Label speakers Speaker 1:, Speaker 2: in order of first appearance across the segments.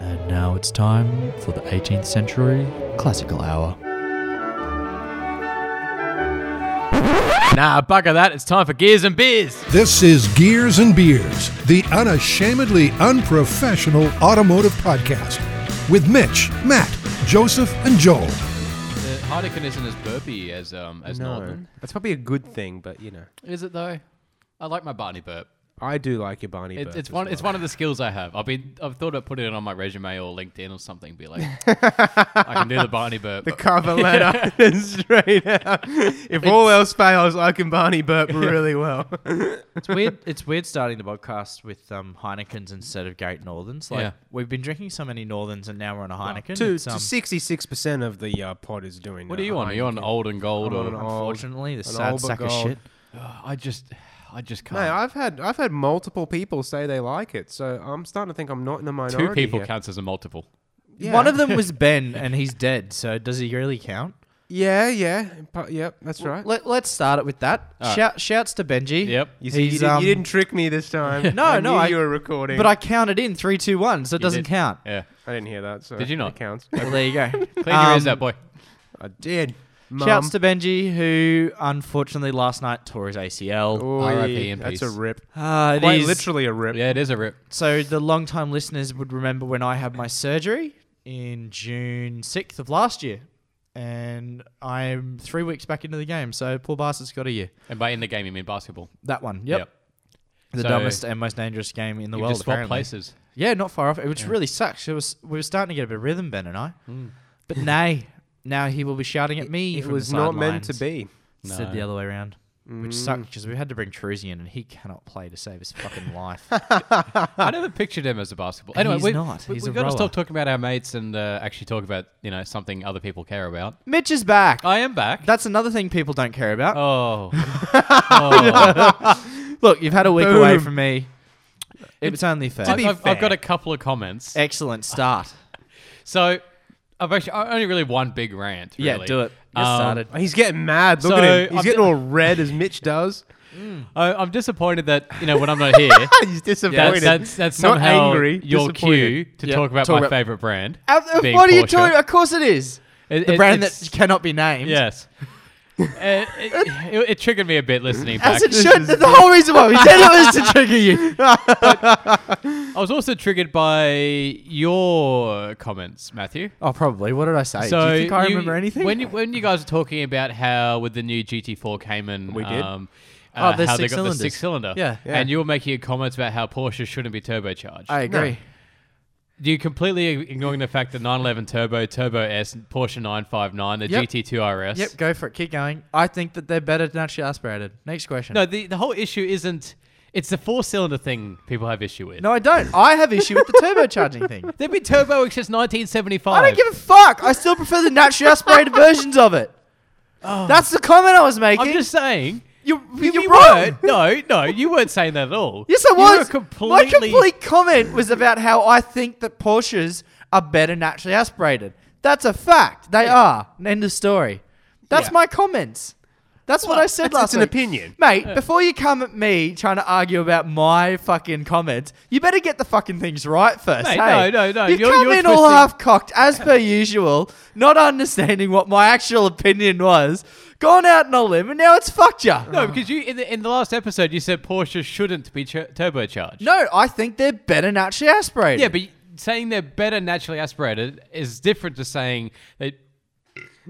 Speaker 1: it's time for the 18th century classical hour. Nah, bugger that. It's time for Gears and Beers.
Speaker 2: This is Gears and Beers, the unashamedly unprofessional automotive podcast with Mitch, Matt, Joseph, and Joel.
Speaker 1: The Heineken isn't as burpy as um as Northern.
Speaker 3: That's probably a good thing, but you know,
Speaker 1: Is it though? I like my Barney burp.
Speaker 3: I do like your Barney.
Speaker 1: It,
Speaker 3: burp
Speaker 1: it's
Speaker 3: as
Speaker 1: one.
Speaker 3: well.
Speaker 1: It's one of the skills I have. I've been. I've thought about putting it on my resume or LinkedIn or something. Be like, I can do the Barney burp.
Speaker 3: the cover letter is straight out. If all else fails, I can Barney burp really well.
Speaker 4: It's weird. It's weird starting the podcast with um, Heinekens instead of Great Northerns. Like
Speaker 1: Yeah.
Speaker 4: we've been drinking so many Northerns, and now we're on a Heineken.
Speaker 3: to
Speaker 4: It's, um,
Speaker 3: sixty-six percent of the uh, pod is doing.
Speaker 1: what
Speaker 3: uh,
Speaker 1: are you on? Are you on
Speaker 3: Heineken.
Speaker 1: old and gold
Speaker 3: I'm on
Speaker 1: or?
Speaker 3: an old-
Speaker 4: unfortunately, the
Speaker 3: an
Speaker 4: sad
Speaker 3: old but
Speaker 4: sack of
Speaker 3: gold.
Speaker 4: shit.
Speaker 1: I just, I just
Speaker 3: No,
Speaker 1: can't.
Speaker 3: I've had I've had multiple people say they like it, so I'm starting to think I'm not in the minority.
Speaker 1: Two people
Speaker 3: here.
Speaker 1: counts as a multiple.
Speaker 3: Yeah.
Speaker 4: One of them was Ben, and he's dead. So does he really count?
Speaker 3: Yeah, yeah, but, yep, that's right.
Speaker 4: Let, let's start it with that.
Speaker 1: All right.
Speaker 4: Shout, shouts to Benji.
Speaker 1: Yep.
Speaker 3: You see, you,
Speaker 4: He's,
Speaker 3: did,
Speaker 4: um,
Speaker 3: you didn't trick me this time.
Speaker 4: No,
Speaker 3: I
Speaker 4: no,
Speaker 3: knew
Speaker 4: I-
Speaker 3: you were recording,
Speaker 4: But I counted in three, two, one, so it
Speaker 1: You
Speaker 4: doesn't
Speaker 1: did.
Speaker 4: count.
Speaker 1: Yeah.
Speaker 3: I didn't hear that. So
Speaker 1: Did you not?
Speaker 3: It counts.
Speaker 4: Well, there you go.
Speaker 1: Clean your ears
Speaker 4: Um,
Speaker 1: out, boy.
Speaker 3: I did.
Speaker 4: Shouts to Benji, who unfortunately last night tore his ACL.
Speaker 1: R.I.P. in
Speaker 3: That's
Speaker 1: peace.
Speaker 3: a rip.
Speaker 4: Uh, it
Speaker 3: Quite
Speaker 4: is-
Speaker 3: literally a rip.
Speaker 1: Yeah, it is a rip.
Speaker 4: So the long-time listeners would remember when I had my surgery in June 6th of last year. And I'm three weeks back into the game, so poor bastard's got a year.
Speaker 1: And by in the game, you mean basketball.
Speaker 4: That one, yep. The
Speaker 1: So-
Speaker 4: dumbest and most dangerous game in the
Speaker 1: You
Speaker 4: world.
Speaker 1: just swap
Speaker 4: apparently.
Speaker 1: places.
Speaker 4: Yeah, not far off. It which really sucks. It was we were starting to get a bit of rhythm, Ben and I.
Speaker 1: Hmm.
Speaker 4: But nay, now he will be shouting at me.
Speaker 3: It
Speaker 4: from the
Speaker 3: was not meant to
Speaker 4: sidelines.
Speaker 3: be. Mm.
Speaker 4: Said the
Speaker 1: No.
Speaker 4: other way around, which sucked because we had to bring Trusian, and he cannot play to save his fucking life.
Speaker 1: I never pictured him as a basketball. Anyway,
Speaker 4: He's
Speaker 1: we,
Speaker 4: not.
Speaker 1: We,
Speaker 4: He's
Speaker 1: we've
Speaker 4: a
Speaker 1: got to
Speaker 4: rower.
Speaker 1: stop talking about our mates and uh, actually talk about you know something other people care about.
Speaker 4: Mitch is back.
Speaker 1: I am back.
Speaker 4: That's another thing people don't care about.
Speaker 1: oh. Oh.
Speaker 4: Look, you've had a week away
Speaker 3: Boom.
Speaker 4: from me. It was only fair. Eh.
Speaker 1: I've,
Speaker 3: be
Speaker 1: I've- I've got
Speaker 3: fair.
Speaker 1: a couple of comments.
Speaker 4: Excellent start.
Speaker 1: So I've actually I only really one big rant. Really.
Speaker 4: Yeah, do it.
Speaker 1: Um,
Speaker 4: Get started.
Speaker 3: Oh, He's getting mad. Look
Speaker 1: So,
Speaker 3: at him. He's
Speaker 1: I'm
Speaker 3: getting
Speaker 1: di-
Speaker 3: all red as Mitch does.
Speaker 1: I, I'm disappointed that you know when I'm not here. That's,
Speaker 3: He's disappointed.
Speaker 1: that's, that's
Speaker 3: Not
Speaker 1: somehow
Speaker 3: angry,
Speaker 1: your cue
Speaker 3: disappointed.
Speaker 1: to
Speaker 4: Yeah,
Speaker 1: talk about
Speaker 4: talk
Speaker 1: my
Speaker 4: about-
Speaker 1: favorite brand.
Speaker 4: what
Speaker 1: being
Speaker 4: are you
Speaker 1: Porsche.
Speaker 4: talking? Of course it is.
Speaker 1: It-
Speaker 4: The
Speaker 1: it-
Speaker 4: brand
Speaker 1: it's-
Speaker 4: that cannot be named.
Speaker 1: Yes. Uh, it, it, it triggered me a bit listening back.
Speaker 4: As it
Speaker 3: This
Speaker 4: should.
Speaker 3: is-
Speaker 4: The whole reason why we said it was to trigger you.
Speaker 1: I was also triggered by your comments, Matthew.
Speaker 4: Oh, probably. What did I say? Do you think I remember anything?
Speaker 1: When you, when you guys were talking about how with the new GT4 Cayman,
Speaker 3: We did.
Speaker 1: Um,
Speaker 4: Oh,
Speaker 1: uh,
Speaker 4: the
Speaker 1: how they
Speaker 4: six
Speaker 1: got the six
Speaker 4: cylinders.
Speaker 1: cylinder.
Speaker 4: Yeah.
Speaker 3: Yeah.
Speaker 1: And you were making comments about how Porsche shouldn't be turbocharged.
Speaker 4: I agree.
Speaker 1: You're completely ignoring the fact that 911 Turbo, Turbo S, Porsche 959, the
Speaker 4: Yep.
Speaker 1: GT2 RS.
Speaker 4: Yep, go for it. Keep going. I think that they're better naturally aspirated. Next question.
Speaker 1: No, the, the whole issue isn't. It's the four cylinder thing people have issue with.
Speaker 4: no, I don't. I have issue with the turbocharging thing.
Speaker 1: They've been turboing since 1975.
Speaker 4: I don't give a fuck. I still prefer the naturally aspirated versions of it. That's the comment I was making.
Speaker 1: Oh. I'm just saying.
Speaker 4: you're,
Speaker 1: You-
Speaker 4: you're
Speaker 1: you
Speaker 4: wrong.
Speaker 1: weren't. No, no, you weren't saying that at all.
Speaker 4: Yes, I
Speaker 1: You were
Speaker 4: was. My
Speaker 1: completely.
Speaker 4: complete comment was about how I think that Porsches are better naturally aspirated. That's a fact. They are. End of story. That's
Speaker 1: Yeah.
Speaker 4: my comments. That's what I said
Speaker 3: it's-
Speaker 4: last
Speaker 3: it's an
Speaker 4: week.
Speaker 3: opinion.
Speaker 4: Mate, before you come at me trying to argue about my fucking comments, you better get the fucking things right first.
Speaker 1: Mate, no,
Speaker 4: hey?
Speaker 1: no, no,
Speaker 4: You
Speaker 1: you're-
Speaker 4: come
Speaker 1: you're
Speaker 4: in all
Speaker 1: twisting-
Speaker 4: half cocked as per usual, not understanding what my actual opinion was, gone out on a limb, and now it's fucked you.
Speaker 1: No, because you in the, in the last episode you said Porsche shouldn't be ch- turbocharged.
Speaker 4: No, I think they're better naturally aspirated.
Speaker 1: Yeah, but saying they're better naturally aspirated is different to saying they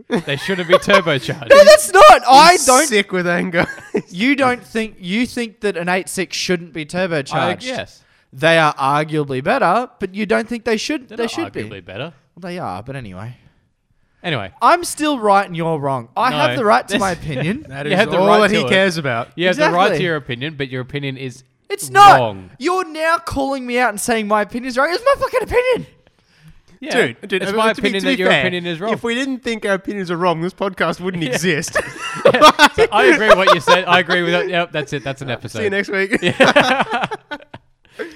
Speaker 1: they shouldn't be turbocharged.
Speaker 4: no, that's not. I don't.
Speaker 3: sick with anger.
Speaker 4: You don't think you think that an 8.6 shouldn't be turbocharged?
Speaker 1: I- yes,
Speaker 4: They are arguably better, but you don't think they should.
Speaker 1: They're
Speaker 4: they
Speaker 1: not
Speaker 4: should be.
Speaker 1: arguably better.
Speaker 4: Well, they are, but anyway,
Speaker 1: Anyway,
Speaker 4: I'm still right and you're wrong. I
Speaker 1: No,
Speaker 4: have the right to my
Speaker 1: that's-
Speaker 4: opinion.
Speaker 3: that
Speaker 1: You
Speaker 3: is
Speaker 1: had the
Speaker 3: all
Speaker 1: right
Speaker 3: that
Speaker 1: to
Speaker 3: he
Speaker 1: it.
Speaker 3: cares about.
Speaker 1: you have the right to
Speaker 4: Exactly.
Speaker 1: your opinion, but your opinion is
Speaker 4: It's not.
Speaker 1: wrong.
Speaker 4: You're now calling me out and saying my opinion's wrong. It's my fucking opinion.
Speaker 1: Yeah.
Speaker 3: Dude, dude,
Speaker 1: it's
Speaker 3: uh,
Speaker 1: my
Speaker 3: to be-
Speaker 1: opinion
Speaker 3: to be
Speaker 1: that your
Speaker 3: fair,
Speaker 1: opinion is wrong.
Speaker 3: If we didn't think our opinions are wrong, this podcast wouldn't exist.
Speaker 1: So I agree with what you said. I agree with. Yep, that's it. That's an episode.
Speaker 3: See you next week.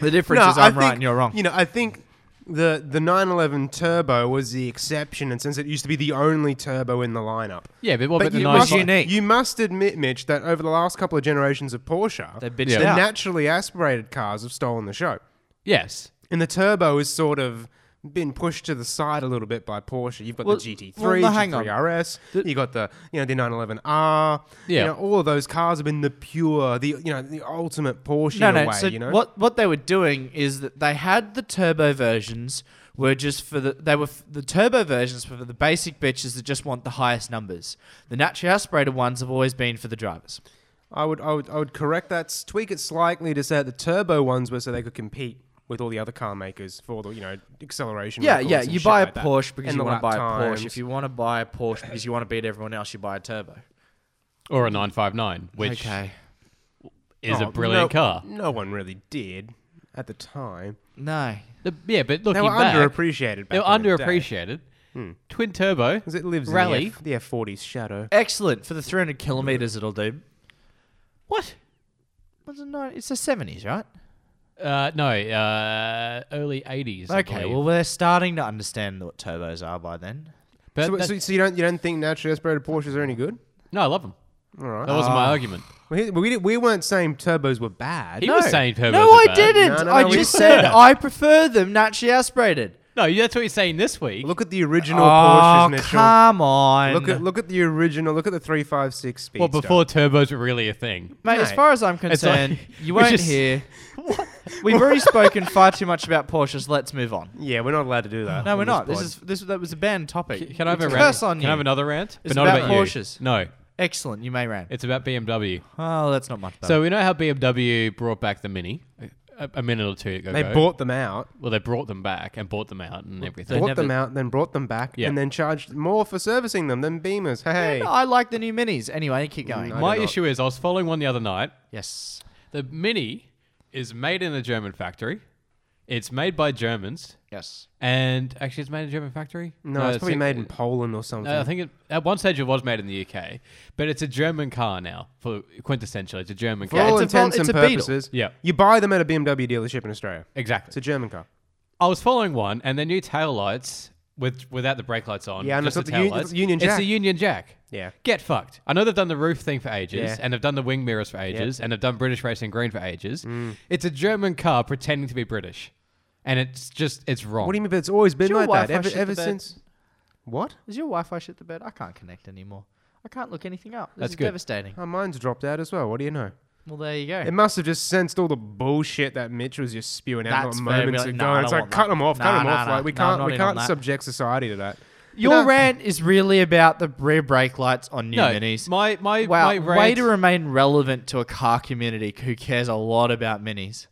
Speaker 4: The difference is I'm right and you're wrong.
Speaker 3: You know, I think the the 911 turbo was the exception, and since it used to be the only turbo in the lineup.
Speaker 1: Yeah, but what about the
Speaker 3: you,
Speaker 1: nice
Speaker 3: must,
Speaker 4: one? Unique.
Speaker 3: you must admit, Mitch, that over the last couple of generations of Porsche,
Speaker 4: They bitched
Speaker 1: Yeah.
Speaker 4: it
Speaker 3: the
Speaker 4: out.
Speaker 3: naturally aspirated cars have stolen the show.
Speaker 1: Yes.
Speaker 3: And the turbo is sort of been pushed to the side a little bit by Porsche. You've got
Speaker 4: Well,
Speaker 3: the GT3,
Speaker 4: well, no, hang on.
Speaker 3: GT3 RS. you got the you know the 911R.
Speaker 1: Yeah.
Speaker 3: You know, all of those cars have been the pure, the you know the ultimate Porsche
Speaker 4: No,
Speaker 3: in a
Speaker 4: no.
Speaker 3: way.
Speaker 4: So
Speaker 3: you know.
Speaker 4: what what they were doing is that they had the turbo versions were just for the they were f- the turbo versions were for the basic bitches that just want the highest numbers. The naturally aspirated ones have always been for the drivers.
Speaker 3: I would, I would I would correct that, s- tweak it slightly to say that the turbo ones were so they could compete with all the other car makers for the you know acceleration.
Speaker 4: Yeah,
Speaker 3: records
Speaker 4: yeah.
Speaker 3: and
Speaker 4: You
Speaker 3: shit
Speaker 4: buy a
Speaker 3: like that.
Speaker 4: Porsche because
Speaker 3: And
Speaker 4: you
Speaker 3: the
Speaker 4: want to
Speaker 3: lap
Speaker 4: buy a Porsche.
Speaker 3: times.
Speaker 4: If you want to buy a Porsche because you want to beat everyone else, you buy a turbo.
Speaker 1: or a 959, which
Speaker 4: okay.
Speaker 1: is
Speaker 3: Oh,
Speaker 1: a brilliant
Speaker 3: no-
Speaker 1: car.
Speaker 3: No one really did at the time.
Speaker 4: No.
Speaker 1: The- yeah, but looking
Speaker 3: They were
Speaker 1: back,
Speaker 3: underappreciated. Back
Speaker 1: they were
Speaker 3: in the day.
Speaker 1: underappreciated. Twin turbo.
Speaker 3: 'Cause it lives
Speaker 1: Rally.
Speaker 3: in the, F- the F40's shadow.
Speaker 4: Excellent for the 300 kilometers. It'll do.
Speaker 1: What?
Speaker 4: What's it? nine- It's the 70s, right?
Speaker 1: Uh, no, uh, early 80s. I
Speaker 4: Okay.
Speaker 1: believe.
Speaker 4: Well, we're starting to understand what turbos are by then.
Speaker 1: But
Speaker 3: So,
Speaker 1: that-
Speaker 3: so, so you don't you don't think naturally aspirated Porsches are any good?
Speaker 1: no, I love them.
Speaker 3: All right.
Speaker 1: That wasn't my argument.
Speaker 3: Well, he- we, did- we weren't saying turbos were bad.
Speaker 1: He was saying turbos.
Speaker 4: No,
Speaker 1: are
Speaker 4: I
Speaker 1: bad.
Speaker 4: didn't.
Speaker 3: No, no,
Speaker 4: I
Speaker 3: no, we-
Speaker 4: just said I prefer them naturally aspirated.
Speaker 1: No, that's what you're saying this week.
Speaker 3: Look at the original
Speaker 4: oh,
Speaker 3: Porsches, Mitchell.
Speaker 4: come on.
Speaker 3: Look at look at the original. Look at the 356 speed.
Speaker 1: well, before turbos were really a thing.
Speaker 4: Mate, as
Speaker 3: Mate,
Speaker 4: far as I'm
Speaker 1: it's like-
Speaker 4: concerned, you
Speaker 1: we're
Speaker 4: won't
Speaker 1: just-
Speaker 4: hear. We've already spoken far too much about Porsches. Let's move on.
Speaker 3: Yeah, we're not allowed to do that.
Speaker 4: No,
Speaker 3: on
Speaker 4: we're not. This
Speaker 3: pod.
Speaker 4: is this that was a banned topic.
Speaker 1: Can I have
Speaker 4: It's
Speaker 1: a rant?
Speaker 4: curse on
Speaker 1: Can
Speaker 4: you?
Speaker 1: I have another rant?
Speaker 4: It's
Speaker 1: but not
Speaker 4: about
Speaker 1: you.
Speaker 4: Porsches.
Speaker 1: No,
Speaker 4: Excellent. You may rant.
Speaker 1: it's about BMW.
Speaker 4: Oh, that's not much. Better.
Speaker 1: So we know how BMW brought back the Mini a, a minute or two ago.
Speaker 3: They bought them out,
Speaker 1: Well, they brought them back and bought them out and everything.
Speaker 3: bought
Speaker 4: never-
Speaker 3: them out, then brought them back,
Speaker 1: Yeah.
Speaker 3: and then charged more for servicing them than Beamers. Hey,
Speaker 4: I like the new minis. Anyway, keep going.
Speaker 3: No.
Speaker 1: My
Speaker 3: do not.
Speaker 1: issue is I was following one the other night.
Speaker 4: Yes.
Speaker 1: The Mini is made in a German factory. It's made by Germans,
Speaker 4: Yes.
Speaker 1: and actually, it's made in a German factory.
Speaker 3: no, it's probably made in
Speaker 1: uh,
Speaker 3: Poland or something.
Speaker 1: No, I think it, at one stage it was made in the UK, but it's a German car now. For quintessential, it's a German
Speaker 3: for
Speaker 1: car.
Speaker 3: all
Speaker 4: it's a Vol-
Speaker 3: intents
Speaker 4: it's
Speaker 3: and
Speaker 4: a Beetle.
Speaker 3: purposes,
Speaker 1: Yeah.
Speaker 3: you buy them at a BMW dealership in Australia.
Speaker 1: exactly.
Speaker 3: It's a German car.
Speaker 1: I was following one, and their new tail lights with without the brake lights on.
Speaker 3: Yeah, and
Speaker 1: just
Speaker 3: it's
Speaker 1: the
Speaker 3: not
Speaker 1: tail
Speaker 3: the uni-
Speaker 1: lights.
Speaker 3: it's Union
Speaker 1: It's
Speaker 3: Jack.
Speaker 1: the Union Jack.
Speaker 3: Yeah.
Speaker 1: Get fucked. I know they've done the roof thing for ages,
Speaker 3: Yeah.
Speaker 1: and they've done the wing mirrors for ages, and they've done British Racing Green for ages. It's a German car pretending to be British, and it's just it's wrong.
Speaker 3: What do you mean? But it's always been
Speaker 4: Your
Speaker 3: like that
Speaker 4: Wi-Fi
Speaker 3: ever,
Speaker 4: shit
Speaker 3: ever
Speaker 4: the bed.
Speaker 3: since. What?
Speaker 4: Is your Wi-Fi shit the bed? I can't connect anymore. I can't look anything up. This
Speaker 1: That's
Speaker 4: is
Speaker 1: good.
Speaker 4: devastating.
Speaker 3: Oh, mine's dropped out as well. What do you know?
Speaker 4: Well, there you go.
Speaker 3: It must have just sensed all the bullshit that Mitch was just spewing out
Speaker 4: That's fair.
Speaker 3: moments
Speaker 4: Be like,
Speaker 3: ago.
Speaker 4: "Nah, I
Speaker 3: it's
Speaker 4: don't
Speaker 3: like
Speaker 4: want
Speaker 3: cut
Speaker 4: that.
Speaker 3: them off, cut
Speaker 4: Nah,
Speaker 3: them
Speaker 4: nah,
Speaker 3: off.
Speaker 4: nah.
Speaker 3: like we
Speaker 4: Nah, I'm
Speaker 3: can't,
Speaker 4: not
Speaker 3: we
Speaker 4: in on
Speaker 3: can't
Speaker 4: that.
Speaker 3: subject society to that.
Speaker 4: Your
Speaker 3: No.
Speaker 4: rant is really about the rear brake lights on new
Speaker 1: No,
Speaker 4: minis.
Speaker 1: my my
Speaker 4: wow,
Speaker 1: my
Speaker 4: way
Speaker 1: rant-
Speaker 4: to remain relevant to a car community who cares a lot about minis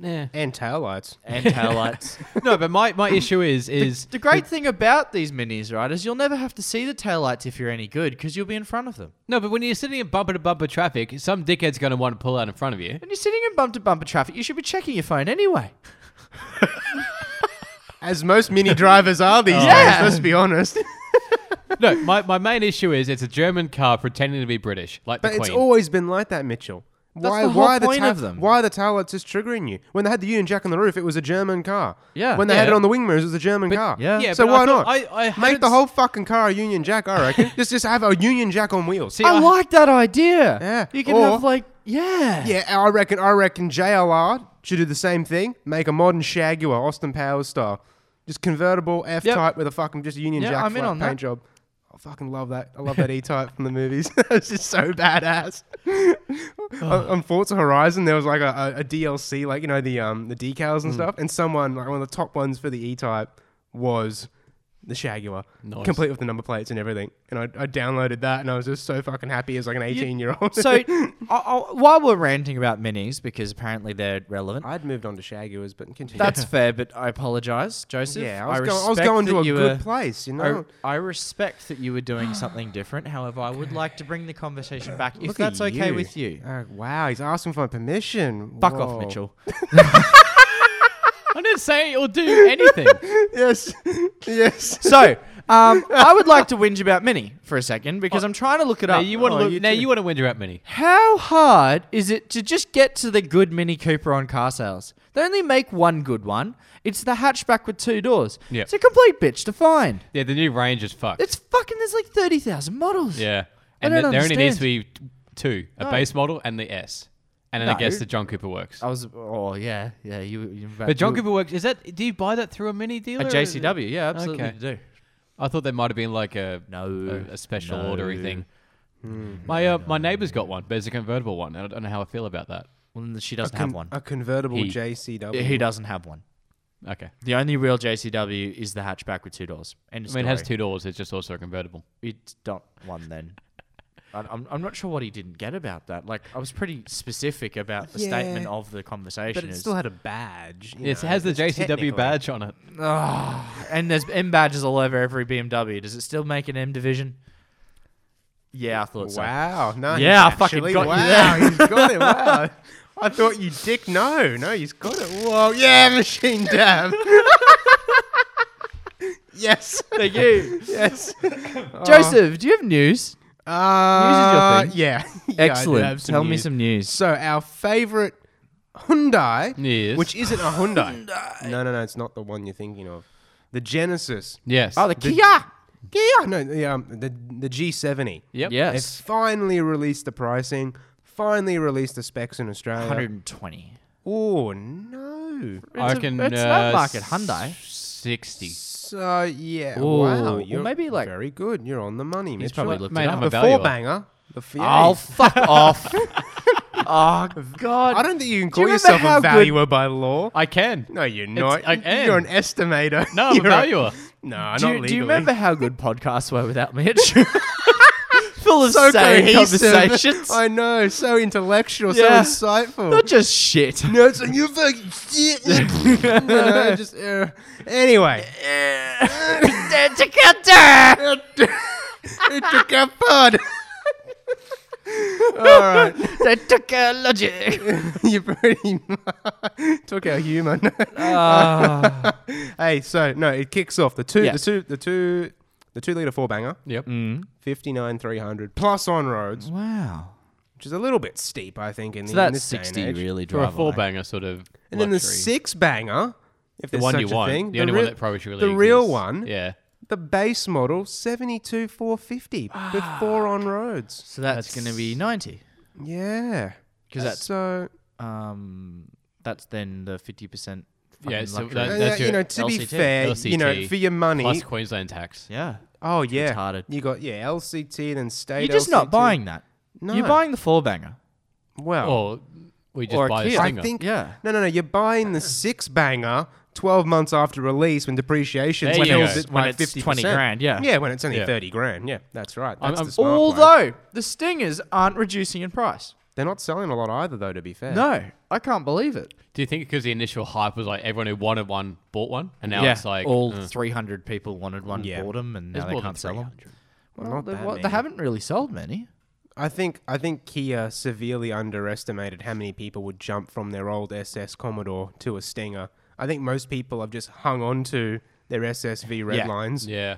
Speaker 1: Yeah.
Speaker 3: And taillights.
Speaker 4: and taillights.
Speaker 1: no, but my, my issue is is
Speaker 4: the great thing about these minis, right, is you'll never have to see the taillights if you're any good because you'll be in front of them.
Speaker 1: no, but when you're sitting in bumper to bumper traffic, some dickhead's going to want to pull out in front of you.
Speaker 4: When you're sitting in bumper to bumper traffic, you should be checking your phone anyway.
Speaker 3: As most mini drivers are these
Speaker 4: Yeah.
Speaker 3: days, let's be honest.
Speaker 1: no, my, my main issue is it's a German car pretending to be British, like
Speaker 3: But
Speaker 1: the
Speaker 3: it's
Speaker 1: Queen.
Speaker 3: always been like that, Mitchell.
Speaker 4: That's
Speaker 3: why,
Speaker 4: the whole
Speaker 3: why
Speaker 4: point
Speaker 3: the ta-
Speaker 4: of them.
Speaker 3: Why are the taillights just triggering you? When they had the Union Jack on the roof, it was a German car.
Speaker 4: Yeah.
Speaker 3: When they had
Speaker 1: Yeah.
Speaker 3: it on the wing mirrors, it was a German car.
Speaker 4: yeah.
Speaker 1: Yeah,
Speaker 3: So
Speaker 1: but I
Speaker 3: why
Speaker 1: thought-
Speaker 3: not?
Speaker 1: I- I
Speaker 3: Make
Speaker 1: hadn't
Speaker 3: the
Speaker 1: s-
Speaker 3: whole fucking car a Union Jack, I reckon. just, just have a Union Jack on wheels.
Speaker 1: See,
Speaker 4: I
Speaker 1: I-
Speaker 4: like that idea.
Speaker 3: Yeah,
Speaker 4: You can
Speaker 3: or-
Speaker 4: have like yeah.
Speaker 3: Yeah, I reckon. I reckon JLR should do the same thing. Make a modern Shaguar, Austin Powers style, just convertible F
Speaker 1: Yep.
Speaker 3: type with a fucking just Union
Speaker 4: Yeah,
Speaker 3: Jack
Speaker 4: I'm in
Speaker 3: flat
Speaker 4: on that.
Speaker 3: paint job. I fucking love that. I love that E type from the movies. it's just so badass. on, on Forza Horizon, there was like a, a, a DLC, like you know the um the decals and
Speaker 4: Mm.
Speaker 3: stuff, and someone like one of the top ones for the E type was. The Shaguar,
Speaker 1: Nice.
Speaker 3: complete with the number plates and everything, and I, I downloaded that, and I was just so fucking happy as like an eighteen-year-old.
Speaker 4: So I, I, while we're ranting about minis because apparently they're relevant,
Speaker 3: I'd moved on to Shaguars, but continue.
Speaker 4: That's fair, but I apologise, Joseph.
Speaker 3: Yeah, I was, going, I was
Speaker 4: respect
Speaker 3: going to
Speaker 4: that
Speaker 3: a
Speaker 4: you
Speaker 3: good
Speaker 4: were-
Speaker 3: place, you
Speaker 4: I-
Speaker 3: know.
Speaker 4: I, respect that you were doing something different. However, I would like to bring the conversation back, if
Speaker 3: Look at
Speaker 4: that's okay
Speaker 3: you.
Speaker 4: with you.
Speaker 3: Uh, wow, he's asking for my permission.
Speaker 4: Fuck
Speaker 3: Whoa.
Speaker 4: off, Mitchell.
Speaker 1: I didn't say or do anything.
Speaker 3: Yes, yes.
Speaker 4: So, um, I would like to whinge about Mini for a second because
Speaker 3: Oh,
Speaker 4: I'm trying to look it
Speaker 1: now
Speaker 4: up.
Speaker 1: you want to
Speaker 4: Oh,
Speaker 1: look, now
Speaker 4: too.
Speaker 1: you want to win your at Mini.
Speaker 4: How hard is it to just get to the good Mini Cooper on car sales? They only make one good one. It's the hatchback with two doors.
Speaker 1: Yeah.
Speaker 4: It's a complete bitch to find.
Speaker 1: Yeah, the new range is fucked.
Speaker 4: It's fucking. There's like thirty thousand models.
Speaker 1: yeah,
Speaker 4: I
Speaker 1: and
Speaker 4: don't
Speaker 1: there there only needs to
Speaker 4: understand.
Speaker 1: be t- two: a
Speaker 4: No.
Speaker 1: base model and the S. and then I
Speaker 4: No.
Speaker 1: guess the John Cooper works.
Speaker 4: I was, oh yeah, yeah. You, you
Speaker 1: But John
Speaker 4: you-
Speaker 1: Cooper works. Is that? Do you buy that through a mini dealer?
Speaker 4: a
Speaker 1: or-
Speaker 4: JCW, yeah, absolutely
Speaker 1: Okay.
Speaker 4: do.
Speaker 1: I thought that might have been like a
Speaker 4: No,
Speaker 1: a, a special
Speaker 4: no.
Speaker 1: ordery thing. My uh, my neighbour's got one, but it's a convertible one, and I don't know how I feel about that.
Speaker 4: Well, then she doesn't
Speaker 3: Con-
Speaker 4: have one.
Speaker 3: A convertible
Speaker 1: He-
Speaker 3: JCW.
Speaker 4: He doesn't have one.
Speaker 1: Okay,
Speaker 4: The only real JCW is the hatchback with two doors. End of
Speaker 1: I mean it has
Speaker 4: story.
Speaker 1: two doors. It's just also a convertible.
Speaker 4: it's not one then. I- I'm, I'm not sure what he didn't get about that. Like, I was pretty specific about the statement
Speaker 3: Yeah.
Speaker 4: of the conversation.
Speaker 3: but it
Speaker 4: is-
Speaker 3: still had a badge. you
Speaker 1: Yes, it
Speaker 3: know,
Speaker 1: has the
Speaker 3: it's technically-
Speaker 1: JCW badge on it.
Speaker 4: Ah, and there's M badges all over every BMW. Does it still make an M division? Yeah, I thought so.
Speaker 3: Wow. Nice.
Speaker 4: Yeah, I fucking
Speaker 3: actually.
Speaker 4: got you
Speaker 3: wow, you has got it. Wow. I thought you dick. No, no, he's got it. Whoa. Yeah, machine dab. yes.
Speaker 4: Thank you.
Speaker 3: Yes.
Speaker 1: Uh,
Speaker 4: Joseph, do you have news?
Speaker 3: Uh,
Speaker 4: News is your thing.
Speaker 3: Yeah. Yeah, I do have
Speaker 4: Excellent.
Speaker 3: some
Speaker 4: Tell me
Speaker 3: news.
Speaker 4: some news.
Speaker 3: So our favorite Hyundai,
Speaker 1: Yes.
Speaker 3: which isn't a Hyundai. No, no, no, it's not the one you're thinking of. The Genesis.
Speaker 1: Yes.
Speaker 4: Oh, the Kia.
Speaker 3: Kia. No, the um, the the G70.
Speaker 1: yep. uh,
Speaker 3: They
Speaker 4: Yes.
Speaker 3: finally released the pricing. Finally released the specs in Australia.
Speaker 4: 120.
Speaker 3: Oh no.
Speaker 1: I
Speaker 4: It's a-
Speaker 1: can.
Speaker 4: it's
Speaker 1: uh,
Speaker 4: that market, Hyundai.
Speaker 1: s- Sixty.
Speaker 3: So yeah.
Speaker 4: Ooh,
Speaker 3: wow.
Speaker 4: or
Speaker 3: You're
Speaker 4: maybe, like-
Speaker 3: very good. You're on the money. Mitchell.
Speaker 4: He's probably looked
Speaker 1: Mate,
Speaker 4: it
Speaker 1: I'm
Speaker 4: up.
Speaker 1: a
Speaker 3: the
Speaker 1: valuer.
Speaker 3: four banger. The f- yeah.
Speaker 4: Oh, fuck off. oh, God.
Speaker 3: I don't think you can
Speaker 4: Do
Speaker 3: call
Speaker 4: you remember
Speaker 3: yourself
Speaker 4: how
Speaker 3: a
Speaker 4: good-
Speaker 3: valuer by law.
Speaker 1: I can.
Speaker 3: No, you're not.
Speaker 1: I
Speaker 3: You're
Speaker 1: am.
Speaker 3: an estimator.
Speaker 1: No, I'm a
Speaker 3: You're
Speaker 1: valuer.
Speaker 3: No, not
Speaker 4: do, you,
Speaker 3: legally.
Speaker 4: do you remember how good podcasts were without Mitch? Full of
Speaker 3: So
Speaker 4: sane
Speaker 3: cohesive.
Speaker 4: conversations.
Speaker 3: I know. So intellectual.
Speaker 4: Yeah.
Speaker 3: So insightful.
Speaker 4: Not just shit.
Speaker 3: no, it's like you fucking shit. no, no, just uh, anyway. it took a pod. All right, you pretty mu- took our humour.
Speaker 1: Ah.
Speaker 3: hey, so no, it kicks off the two,
Speaker 4: Yeah.
Speaker 3: the two, the two, the two liter four banger,
Speaker 1: Yep.
Speaker 3: fifty nine three hundred plus on roads,
Speaker 4: Wow.
Speaker 3: which is a little bit steep, I think. In,
Speaker 4: So
Speaker 3: the, in
Speaker 4: that's
Speaker 3: this day and
Speaker 4: 60
Speaker 3: age.
Speaker 4: really
Speaker 1: For a
Speaker 4: drive
Speaker 1: four
Speaker 4: away.
Speaker 1: banger sort of.
Speaker 3: And then the
Speaker 1: luxury.
Speaker 3: six banger, if
Speaker 1: The
Speaker 3: there's
Speaker 1: one
Speaker 3: such
Speaker 1: you
Speaker 3: a
Speaker 1: want.
Speaker 3: thing,
Speaker 1: the only one
Speaker 3: real-
Speaker 1: that probably should really
Speaker 3: the real
Speaker 1: exists.
Speaker 3: one,
Speaker 1: Yeah.
Speaker 3: the base model, seventy two four fifty with four on roads.
Speaker 4: So that's, going to be 90.
Speaker 3: Yeah,
Speaker 4: 'Cause that's-
Speaker 3: so
Speaker 4: Um, that's then the 50%.
Speaker 1: Yeah,
Speaker 4: fucking
Speaker 1: so
Speaker 4: luxury.
Speaker 1: that-
Speaker 3: Uh,
Speaker 1: that's
Speaker 3: you
Speaker 1: your
Speaker 3: know, to be
Speaker 4: LCT.
Speaker 3: fair, you know,
Speaker 1: LCT
Speaker 3: for your money.
Speaker 1: Plus Queensland tax.
Speaker 4: yeah.
Speaker 3: Oh yeah,
Speaker 4: retarded.
Speaker 3: you got yeah LCT then state.
Speaker 4: You're just
Speaker 3: LCT.
Speaker 4: not buying that.
Speaker 3: No,
Speaker 4: You're buying the four banger.
Speaker 3: well.
Speaker 1: Or we just
Speaker 4: Or a
Speaker 1: buy a
Speaker 4: Kia. I
Speaker 3: I
Speaker 1: stinger.
Speaker 3: think
Speaker 4: Yeah.
Speaker 3: no, no, no. You're buying the six banger twelve months after release when depreciation
Speaker 1: There you
Speaker 3: kills
Speaker 1: go.
Speaker 3: it
Speaker 4: When
Speaker 3: by
Speaker 4: it's
Speaker 3: fifty
Speaker 4: 20 grand, yeah.
Speaker 3: yeah, when it's only
Speaker 1: Yeah.
Speaker 3: thirty grand. Yeah, that's right.
Speaker 1: I'm-
Speaker 3: That's
Speaker 1: I'm-
Speaker 3: the smart play.
Speaker 4: Although the Stingers aren't reducing in price.
Speaker 3: they're not selling a lot either, though. To be fair,
Speaker 4: No, I can't believe it.
Speaker 1: Do you think because the initial hype was like everyone who wanted one bought one, and now it's like uh.
Speaker 4: all 300 people wanted one,
Speaker 3: Yeah.
Speaker 4: bought them, and now
Speaker 1: There's
Speaker 4: they
Speaker 1: more than
Speaker 4: can't sell them.
Speaker 1: 300.
Speaker 3: Well,
Speaker 4: Well,
Speaker 3: not
Speaker 4: they,
Speaker 3: that
Speaker 4: well, they
Speaker 3: many.
Speaker 4: haven't really sold many.
Speaker 3: I think I think Kia severely underestimated how many people would jump from their old SS Commodore to a Stinger. I think most people have just hung on to their SSV red
Speaker 4: Yeah.
Speaker 3: lines.
Speaker 1: yeah,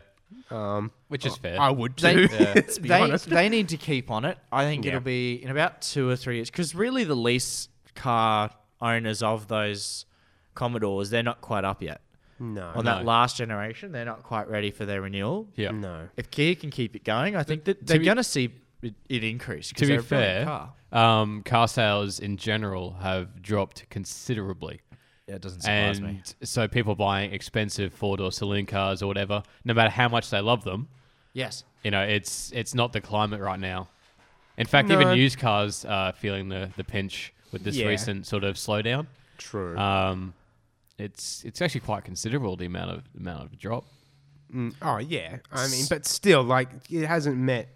Speaker 1: which is fair.
Speaker 3: I would
Speaker 4: They-
Speaker 3: too.
Speaker 1: Yeah.
Speaker 3: let's be
Speaker 4: They,
Speaker 3: honest.
Speaker 4: they need to keep on it. I think
Speaker 3: Yeah.
Speaker 4: it'll be in about two or three years because really the lease car owners of those Commodores they're not quite up yet
Speaker 3: No,
Speaker 4: on that
Speaker 1: No.
Speaker 4: last generation. They're not quite ready for their renewal.
Speaker 1: yeah.
Speaker 3: no.
Speaker 4: If Kia can keep it going, I think that they're
Speaker 1: be-
Speaker 4: going to see it, it increase. 'cause
Speaker 1: To be
Speaker 4: they're a brilliant
Speaker 1: fair,
Speaker 4: car.
Speaker 1: um, car sales in general have dropped considerably,
Speaker 4: yeah, it doesn't surprise
Speaker 1: and
Speaker 4: me.
Speaker 1: so people buying expensive four door saloon cars or whatever, no matter how much they love them,
Speaker 4: Yes,
Speaker 1: you know, it's it's not the climate right now. In fact,
Speaker 3: No.
Speaker 1: even used cars are feeling the the pinch with this
Speaker 3: Yeah.
Speaker 1: recent sort of slowdown.
Speaker 3: True.
Speaker 1: Um, it's it's actually quite considerable the amount of amount of drop.
Speaker 3: oh yeah. I mean, but still, like it hasn't met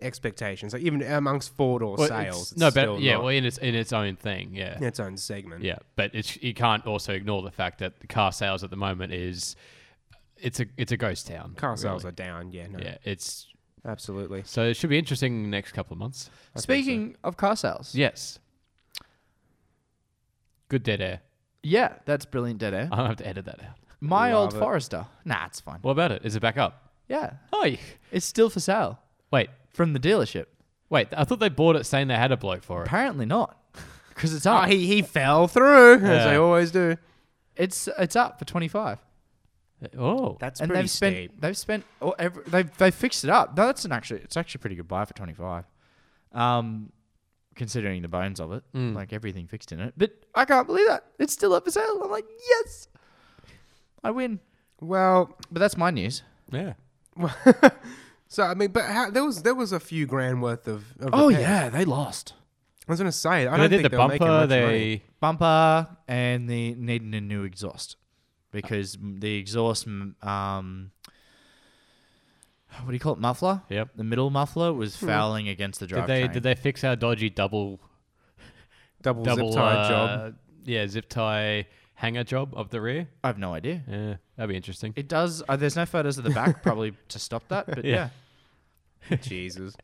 Speaker 3: expectations. Like even amongst four door
Speaker 1: Well, it's-
Speaker 3: sales, it's
Speaker 1: no, but
Speaker 3: still
Speaker 1: yeah,
Speaker 3: not
Speaker 1: well, in its in its own thing, yeah,
Speaker 3: in its own segment.
Speaker 1: yeah. But it's you can't also ignore the fact that the car sales at the moment is it's a it's a ghost town.
Speaker 3: Car sales
Speaker 1: really.
Speaker 3: are down. Yeah, no,
Speaker 1: yeah, it's
Speaker 3: absolutely.
Speaker 1: so it should be interesting next couple of months.
Speaker 4: Speaking of car sales, yeah.
Speaker 1: Yes, good dead air.
Speaker 4: that's brilliant dead air.
Speaker 1: I don't have to edit that out.
Speaker 4: My old
Speaker 3: love it.
Speaker 4: Forester, nah, it's fine.
Speaker 1: What about it? Is it back up?
Speaker 4: Yeah,
Speaker 1: Oh, yeah.
Speaker 4: it's still for sale
Speaker 1: wait,
Speaker 4: from the dealership.
Speaker 1: wait. I thought they bought it saying they had a bloke for it.
Speaker 4: Apparently not, because it's
Speaker 3: Oh,
Speaker 4: up.
Speaker 3: he he fell through as
Speaker 1: Yeah.
Speaker 3: they always do.
Speaker 4: It's it's up for twenty five.
Speaker 1: Oh,
Speaker 3: That's
Speaker 4: and
Speaker 3: pretty
Speaker 4: they've spent
Speaker 3: steep.
Speaker 4: they've spent or every, they've they fixed it up. No, that's an actually it's actually a pretty good buy for twenty five. Um, considering the bones of it,
Speaker 3: Mm.
Speaker 4: like everything fixed in it. But I can't believe that it's still up for sale. I'm like, yes, I win.
Speaker 3: Well,
Speaker 4: But that's my news.
Speaker 1: Yeah.
Speaker 3: so I mean, but how, there was there was a few grand worth of. of repairs.
Speaker 4: they lost
Speaker 3: I was gonna say. I
Speaker 1: And Oh, they
Speaker 3: don't
Speaker 1: did the
Speaker 3: think they were making
Speaker 1: bumper.
Speaker 3: much money.
Speaker 1: They
Speaker 4: bumper and they needed a new exhaust because m- the exhaust, m- um, what do you call it, muffler?
Speaker 1: Yep.
Speaker 4: The middle muffler was fouling against the
Speaker 1: did
Speaker 4: drive.
Speaker 1: they did they fix our dodgy double
Speaker 3: double,
Speaker 1: double
Speaker 3: zip tie job.
Speaker 1: uh, Yeah, zip tie hanger job of the rear.
Speaker 4: I have no idea.
Speaker 1: Yeah, that'd be interesting.
Speaker 4: It does. Uh, there's no photos of the back, probably to stop that. But yeah,
Speaker 1: Yeah.
Speaker 3: Jesus.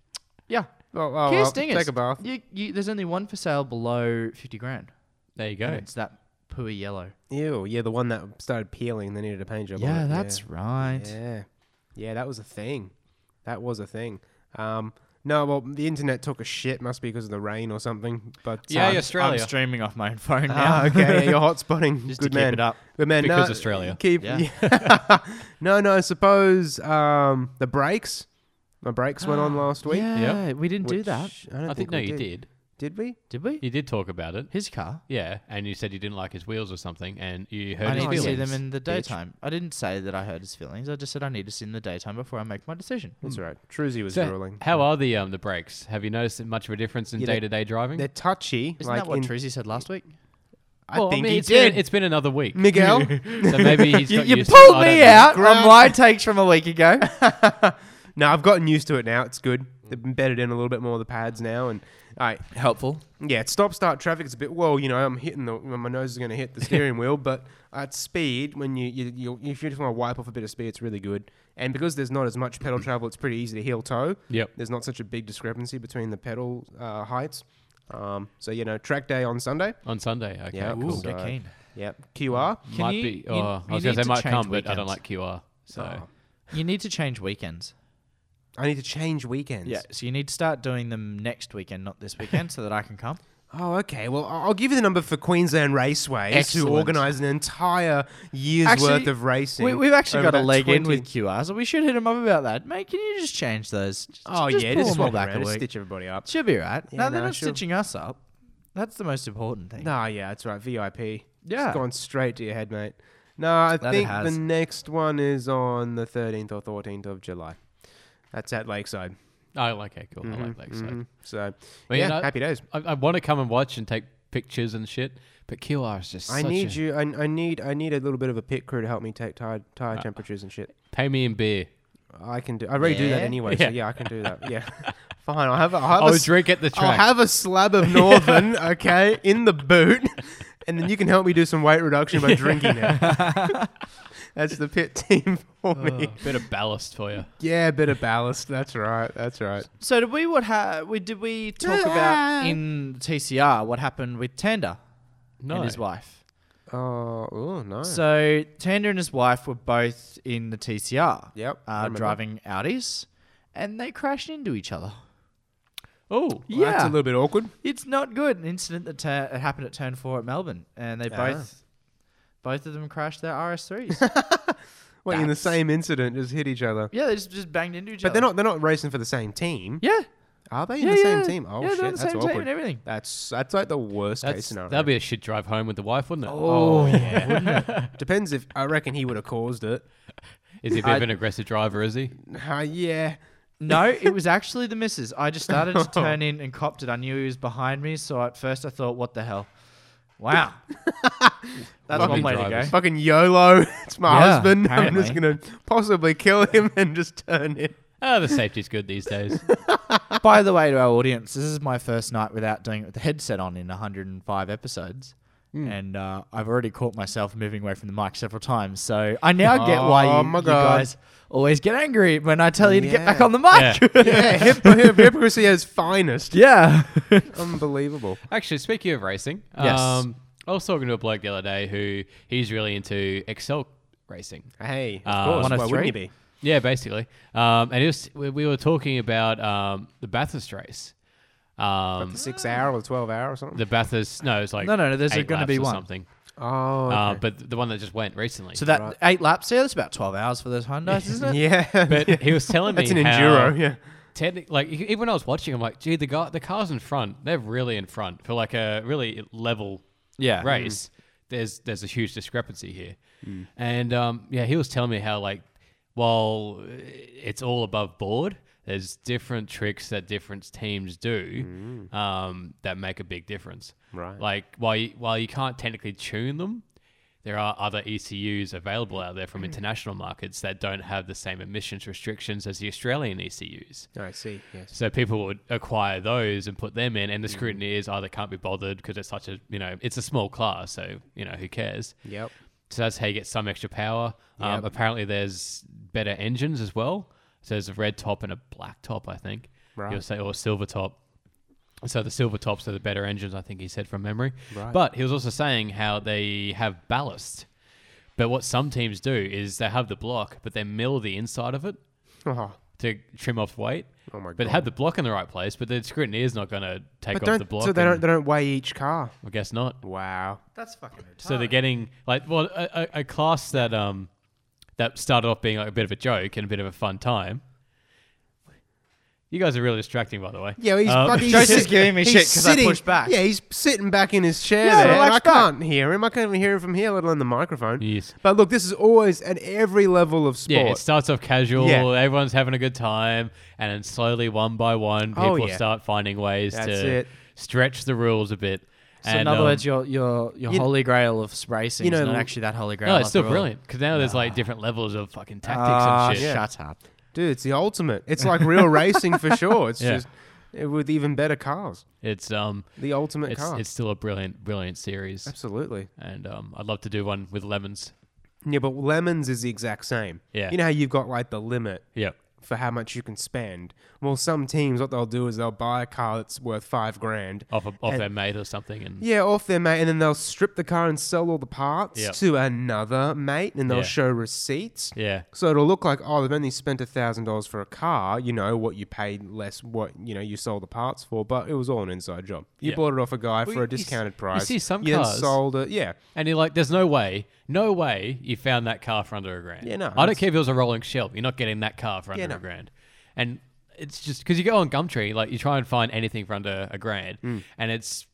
Speaker 4: yeah.
Speaker 3: Oh, oh,
Speaker 4: Kia
Speaker 3: well,
Speaker 4: Stingers.
Speaker 3: take a bath.
Speaker 4: You, you, there's only one for sale below fifty grand.
Speaker 1: There you
Speaker 4: And
Speaker 1: go.
Speaker 4: it's that pooey yellow.
Speaker 3: Ew. Yeah, the one that started peeling. They needed a paint job. on it,
Speaker 4: right.
Speaker 3: Yeah. Yeah, that was a thing. That was a thing. Um, no, well, the internet took a shit. Must be because of the rain or something. But
Speaker 1: Yeah,
Speaker 3: um,
Speaker 1: yeah. Australia.
Speaker 4: I'm streaming off my own phone now.
Speaker 3: Ah, okay, yeah, you're hotspotting.
Speaker 4: Just to
Speaker 3: Good
Speaker 4: keep
Speaker 3: man.
Speaker 4: it up.
Speaker 3: Good man.
Speaker 1: Because
Speaker 3: no,
Speaker 1: Australia.
Speaker 3: Keep.
Speaker 4: Yeah.
Speaker 3: no, no. Suppose um, the brakes. My brakes went on last week.
Speaker 4: Yeah, we didn't do
Speaker 3: which
Speaker 4: that.
Speaker 3: I don't
Speaker 1: I think
Speaker 3: think
Speaker 1: no,
Speaker 3: we
Speaker 1: you
Speaker 3: did.
Speaker 1: did.
Speaker 3: Did we?
Speaker 4: Did we?
Speaker 1: You did talk about it.
Speaker 4: His car.
Speaker 1: Yeah, and you said you didn't like his wheels or something, and you
Speaker 4: I
Speaker 1: heard his
Speaker 4: need to
Speaker 1: feelings.
Speaker 4: see them in the daytime. I didn't say that I heard his feelings. I just said I need to see them in the daytime before I make my decision.
Speaker 3: That's all right. Truzy was
Speaker 1: So,
Speaker 3: ruling.
Speaker 1: how are the um the brakes? Have you noticed much of a difference in
Speaker 3: Yeah, they-
Speaker 1: day to day driving?
Speaker 3: They're touchy.
Speaker 4: Isn't
Speaker 3: like
Speaker 4: that what
Speaker 3: in-
Speaker 4: Truzy said last week?
Speaker 3: I
Speaker 1: Well,
Speaker 3: think
Speaker 1: mean,
Speaker 3: he
Speaker 1: it's been-
Speaker 3: did.
Speaker 1: it's been another week,
Speaker 3: Miguel.
Speaker 1: so maybe he's got used to it.
Speaker 4: pulled
Speaker 1: I don't
Speaker 4: me
Speaker 1: know.
Speaker 4: out
Speaker 3: Grab-
Speaker 4: on my takes from a week ago.
Speaker 3: no, I've gotten used to it now. It's good. They've embedded in a little bit more of the pads now, and all right,
Speaker 4: Helpful.
Speaker 3: yeah, it's stop start traffic. It's a bit well, you know, I'm hitting the my nose is going to hit the steering wheel, but at speed, when you, you you if you just want to wipe off a bit of speed, it's really good. And because there's not as much pedal travel, it's pretty easy to heel toe.
Speaker 1: Yep.
Speaker 3: there's not such a big discrepancy between the pedal uh, heights. Um, so you know, track day on Sunday.
Speaker 1: on Sunday. Okay,
Speaker 3: Yeah,
Speaker 1: cool.
Speaker 3: Ooh,
Speaker 4: Get
Speaker 3: so-
Speaker 4: keen.
Speaker 3: Yep, QR.
Speaker 4: Can
Speaker 1: Might
Speaker 4: you-
Speaker 1: be.
Speaker 4: you-
Speaker 1: Oh, I
Speaker 4: you
Speaker 1: was
Speaker 4: need
Speaker 1: gonna
Speaker 4: to
Speaker 1: say might
Speaker 4: change
Speaker 1: come, but I don't
Speaker 4: weekends.
Speaker 1: like QR. So
Speaker 4: You need to change weekends.
Speaker 3: I need to change weekends.
Speaker 4: Yeah, so you need to start doing them next weekend, not this weekend, so that I can come.
Speaker 3: Oh, okay. Well, I- I'll give you the number for Queensland Raceways,
Speaker 4: Excellent.
Speaker 3: who organise an entire year's worth of racing.
Speaker 4: We, we've actually
Speaker 3: over
Speaker 4: got a
Speaker 3: that
Speaker 4: leg in
Speaker 3: 20
Speaker 4: with QR, so we should hit him up about that. Mate, can you just change those? Just,
Speaker 3: Oh
Speaker 4: just
Speaker 3: yeah,
Speaker 4: pull
Speaker 3: just
Speaker 4: them all
Speaker 3: swap
Speaker 4: back a
Speaker 3: around, just
Speaker 4: week.
Speaker 3: stitch everybody up.
Speaker 4: Should be right.
Speaker 3: Yeah,
Speaker 4: no, they're
Speaker 3: no,
Speaker 4: not
Speaker 3: she'll-
Speaker 4: stitching us up. That's the most important thing.
Speaker 3: No, yeah, that's right. VIP.
Speaker 4: Yeah.
Speaker 3: It's gone straight to your head, mate. No, I
Speaker 4: That it
Speaker 3: think the
Speaker 4: has.
Speaker 3: next one is on the 13th or 14th of July. That's at Lakeside.
Speaker 1: oh, okay, cool. I like that. So
Speaker 4: Mm-hmm.
Speaker 3: Mhm. So,
Speaker 1: Well, you
Speaker 3: yeah,
Speaker 1: know-
Speaker 3: happy days.
Speaker 1: I, I want to come and watch and take pictures and shit, but QR is just.
Speaker 3: I
Speaker 1: such
Speaker 3: need
Speaker 1: a-
Speaker 3: you. I, I need. I need a little bit of a pit crew to help me take tire
Speaker 4: Uh,
Speaker 3: tire temperatures and shit.
Speaker 1: Pay me in beer.
Speaker 3: I can do. I already do that
Speaker 4: Yeah?
Speaker 3: anyway.
Speaker 1: Yeah.
Speaker 3: So yeah, I can do that. Yeah, fine. I'll have. A, I'll have a
Speaker 1: I'll
Speaker 3: s-
Speaker 1: drink at the
Speaker 3: I'll
Speaker 1: track.
Speaker 3: have a slab of Northern, okay, in the boot, and then you can help me do some weight reduction by drinking it. That's the pit team for
Speaker 4: Oh.
Speaker 3: me.
Speaker 1: bit of ballast for you.
Speaker 3: Yeah, a bit of ballast. That's right. That's right.
Speaker 4: So did we what ha- we did we talk about in TCR what happened with Tanda
Speaker 1: No.
Speaker 4: and his wife?
Speaker 3: Oh, oh no.
Speaker 4: So Tanda and his wife were both in the TCR.
Speaker 3: Yep, I
Speaker 4: Uh,
Speaker 3: remember.
Speaker 4: driving Audis, and they crashed into each other.
Speaker 1: Oh,
Speaker 4: yeah,
Speaker 3: That's a little bit awkward.
Speaker 4: it's not good. An incident that tur- that happened at Turn Four at Melbourne, and they
Speaker 3: Ah.
Speaker 4: both both of them crashed their RS3s.
Speaker 3: Wait, in the
Speaker 4: That's-
Speaker 3: same incident, just hit each other.
Speaker 4: yeah, they just, just banged into each
Speaker 3: But
Speaker 4: other.
Speaker 3: they're not. They're not racing for the same team.
Speaker 4: Yeah,
Speaker 3: Are they in
Speaker 4: yeah,
Speaker 3: the same
Speaker 4: yeah.
Speaker 3: team? Oh
Speaker 4: yeah,
Speaker 3: shit,
Speaker 4: they're on the
Speaker 3: that's
Speaker 4: same
Speaker 3: awkward.
Speaker 4: team and everything.
Speaker 3: That's that's like the worst case
Speaker 1: that's
Speaker 3: scenario.
Speaker 1: that'd be a shit drive home with the wife, wouldn't it?
Speaker 3: oh yeah. Depends if I reckon he would have caused it.
Speaker 1: Oh, Is he a bit of an aggressive driver? Is he?
Speaker 3: Uh, yeah.
Speaker 4: No, it was actually the missus. I just started to turn in and copped it. I knew he was behind me, so at first I thought, "What the hell?" Wow, that's one
Speaker 1: Fucking
Speaker 4: way to go.
Speaker 1: drivers.
Speaker 3: Fucking YOLO. It's my
Speaker 4: Yeah,
Speaker 3: husband. I'm just
Speaker 4: apparently.
Speaker 3: gonna possibly kill him and just turn in.
Speaker 1: Oh, the safety's good these days.
Speaker 4: By the way, to our audience, this is my first night without doing it with the headset on in 105 episodes.
Speaker 3: Hmm.
Speaker 4: And uh, I've already caught myself moving away from the mic several times. So I now get why
Speaker 3: Oh
Speaker 4: you,
Speaker 3: my
Speaker 4: you
Speaker 3: God.
Speaker 4: guys always get angry when I tell you to get back
Speaker 3: Yeah.
Speaker 4: on the mic.
Speaker 3: Yeah, hip- hip- hypocrisy at its finest.
Speaker 4: Yeah.
Speaker 3: Unbelievable.
Speaker 1: Actually, speaking of racing,
Speaker 4: Yes.
Speaker 1: um, I was talking to a bloke the other day who he's really into Excel racing.
Speaker 3: Hey, of
Speaker 1: Uh,
Speaker 3: course. Why
Speaker 4: 103?
Speaker 3: wouldn't you be?
Speaker 1: Yeah, basically. Um, and it was, we, we were talking about um, the Bathurst race. Um,
Speaker 3: Six hour or twelve hour or something.
Speaker 1: the Bathurst, no, it's like
Speaker 4: No, no, no, there's
Speaker 1: eight
Speaker 4: gonna
Speaker 1: laps
Speaker 4: be
Speaker 1: or
Speaker 4: one.
Speaker 1: something.
Speaker 3: oh, okay.
Speaker 1: Uh, but the one that just went recently.
Speaker 4: so that eight laps there, that's about 12 hours for those Hyundais, isn't it?
Speaker 3: yeah.
Speaker 1: but he was telling me
Speaker 3: That's an
Speaker 1: how-
Speaker 3: enduro. Yeah.
Speaker 1: techni- like e- even when I was watching, I'm like, gee, the guy, the cars in front, they're really in front for like a really level
Speaker 4: Yeah.
Speaker 1: race. There's there's a huge discrepancy here, and um, yeah, he was telling me how like while it's all above board, there's different tricks that different teams do um, that make a big difference.
Speaker 3: Right.
Speaker 1: Like while you, while you can't technically tune them, there are other ECUs available out there from international markets that don't have the same emissions restrictions as the Australian E ECUs.
Speaker 3: I see. Yes.
Speaker 1: So people would acquire those and put them in, and the
Speaker 3: Mm.
Speaker 1: scrutineers either can't be bothered because it's such a you know it's a small class, so you know who cares.
Speaker 3: Yep.
Speaker 1: So that's how you get some extra power. Um,
Speaker 3: Yep.
Speaker 1: Apparently, there's better engines as well. So there's a red top and a black top, I think.
Speaker 3: Right.
Speaker 1: You'll say or a silver top. So the silver tops are the better engines, I think he said from memory.
Speaker 3: Right.
Speaker 1: But he was also saying how they have ballast. But what some teams do is they have the block, but they mill the inside of it
Speaker 3: Oh,
Speaker 1: to trim off weight.
Speaker 3: Oh my
Speaker 1: But
Speaker 3: God.
Speaker 1: have the block in the right place, but the scrutineer's not going to take
Speaker 3: but
Speaker 1: off the
Speaker 3: don't
Speaker 1: block.
Speaker 3: so they don't
Speaker 1: and-
Speaker 3: they don't weigh each car.
Speaker 1: I guess not.
Speaker 3: Wow.
Speaker 4: That's fucking retarded.
Speaker 1: So they're getting like well a, a, a class that um that started off being like a bit of a joke and a bit of a fun time. You guys are really distracting, by the way.
Speaker 3: Yeah, he's
Speaker 1: Um,
Speaker 3: fucking.
Speaker 4: Uh, Joseph's
Speaker 3: sit-
Speaker 4: giving me
Speaker 3: he's
Speaker 4: shit 'cause I
Speaker 3: sitting-
Speaker 4: pushed back.
Speaker 3: Yeah, he's sitting back in his chair
Speaker 4: Yeah,
Speaker 3: there. and I
Speaker 4: relax back.
Speaker 3: can't hear him. I can't even hear him from here, let alone the microphone.
Speaker 1: Yes.
Speaker 3: But look, this is always at every level of
Speaker 1: Yeah,
Speaker 3: sport.
Speaker 1: it starts off casual.
Speaker 3: Yeah.
Speaker 1: Everyone's having a good time, and then slowly, one by one, people
Speaker 3: Oh, yeah.
Speaker 1: start finding ways
Speaker 3: That's
Speaker 1: to
Speaker 3: it.
Speaker 1: stretch the rules a bit.
Speaker 4: So
Speaker 1: and,
Speaker 4: in other
Speaker 1: um,
Speaker 4: words, your your your
Speaker 3: you-
Speaker 4: holy grail of racing
Speaker 3: you know,
Speaker 4: is not actually that holy grail.
Speaker 1: no, it's still
Speaker 4: after all.
Speaker 1: brilliant because now there's like different levels of fucking tactics
Speaker 4: Ah,
Speaker 1: and shit.
Speaker 4: shut up.
Speaker 3: Dude, it's the ultimate. It's like real racing for sure. It's
Speaker 1: Yeah.
Speaker 3: just eh, with even better cars.
Speaker 1: It's um,
Speaker 3: The ultimate
Speaker 1: it's
Speaker 3: car.
Speaker 1: it's still a brilliant, brilliant series,
Speaker 3: Absolutely.
Speaker 1: and um, I'd love to do one with lemons.
Speaker 3: Yeah, but lemons is the exact same.
Speaker 1: Yeah.
Speaker 3: You know how you've got like the limit
Speaker 1: Yep.
Speaker 3: for how much you can spend. Well, some teams, what they'll do is they'll buy a car that's worth five grand.
Speaker 1: off a, off
Speaker 3: And-
Speaker 1: their mate or something, and
Speaker 3: Yeah, off their mate, and then they'll strip the car and sell all the parts
Speaker 1: Yep.
Speaker 3: to another mate, and they'll
Speaker 1: Yeah.
Speaker 3: show receipts.
Speaker 1: yeah,
Speaker 3: So it'll look like oh they've only spent a thousand dollars for a car, you know what you paid less what you know you sold the parts for, but it was all an inside job. You
Speaker 1: Yeah.
Speaker 3: bought it off a guy
Speaker 1: Well,
Speaker 3: for
Speaker 1: you-
Speaker 3: a discounted
Speaker 1: you
Speaker 3: price.
Speaker 1: see some
Speaker 3: you then
Speaker 1: cars-
Speaker 3: sold it, yeah.
Speaker 1: and you're like, "There's no way, no way, you found that car for under a grand."
Speaker 3: Yeah, no,
Speaker 1: I don't
Speaker 3: that's-
Speaker 1: care if it was a rolling shelf. You're not getting that car for under
Speaker 3: Yeah,
Speaker 1: a
Speaker 3: no.
Speaker 1: grand, and it's just because you go on Gumtree, like you try and find anything for under a grand, and it's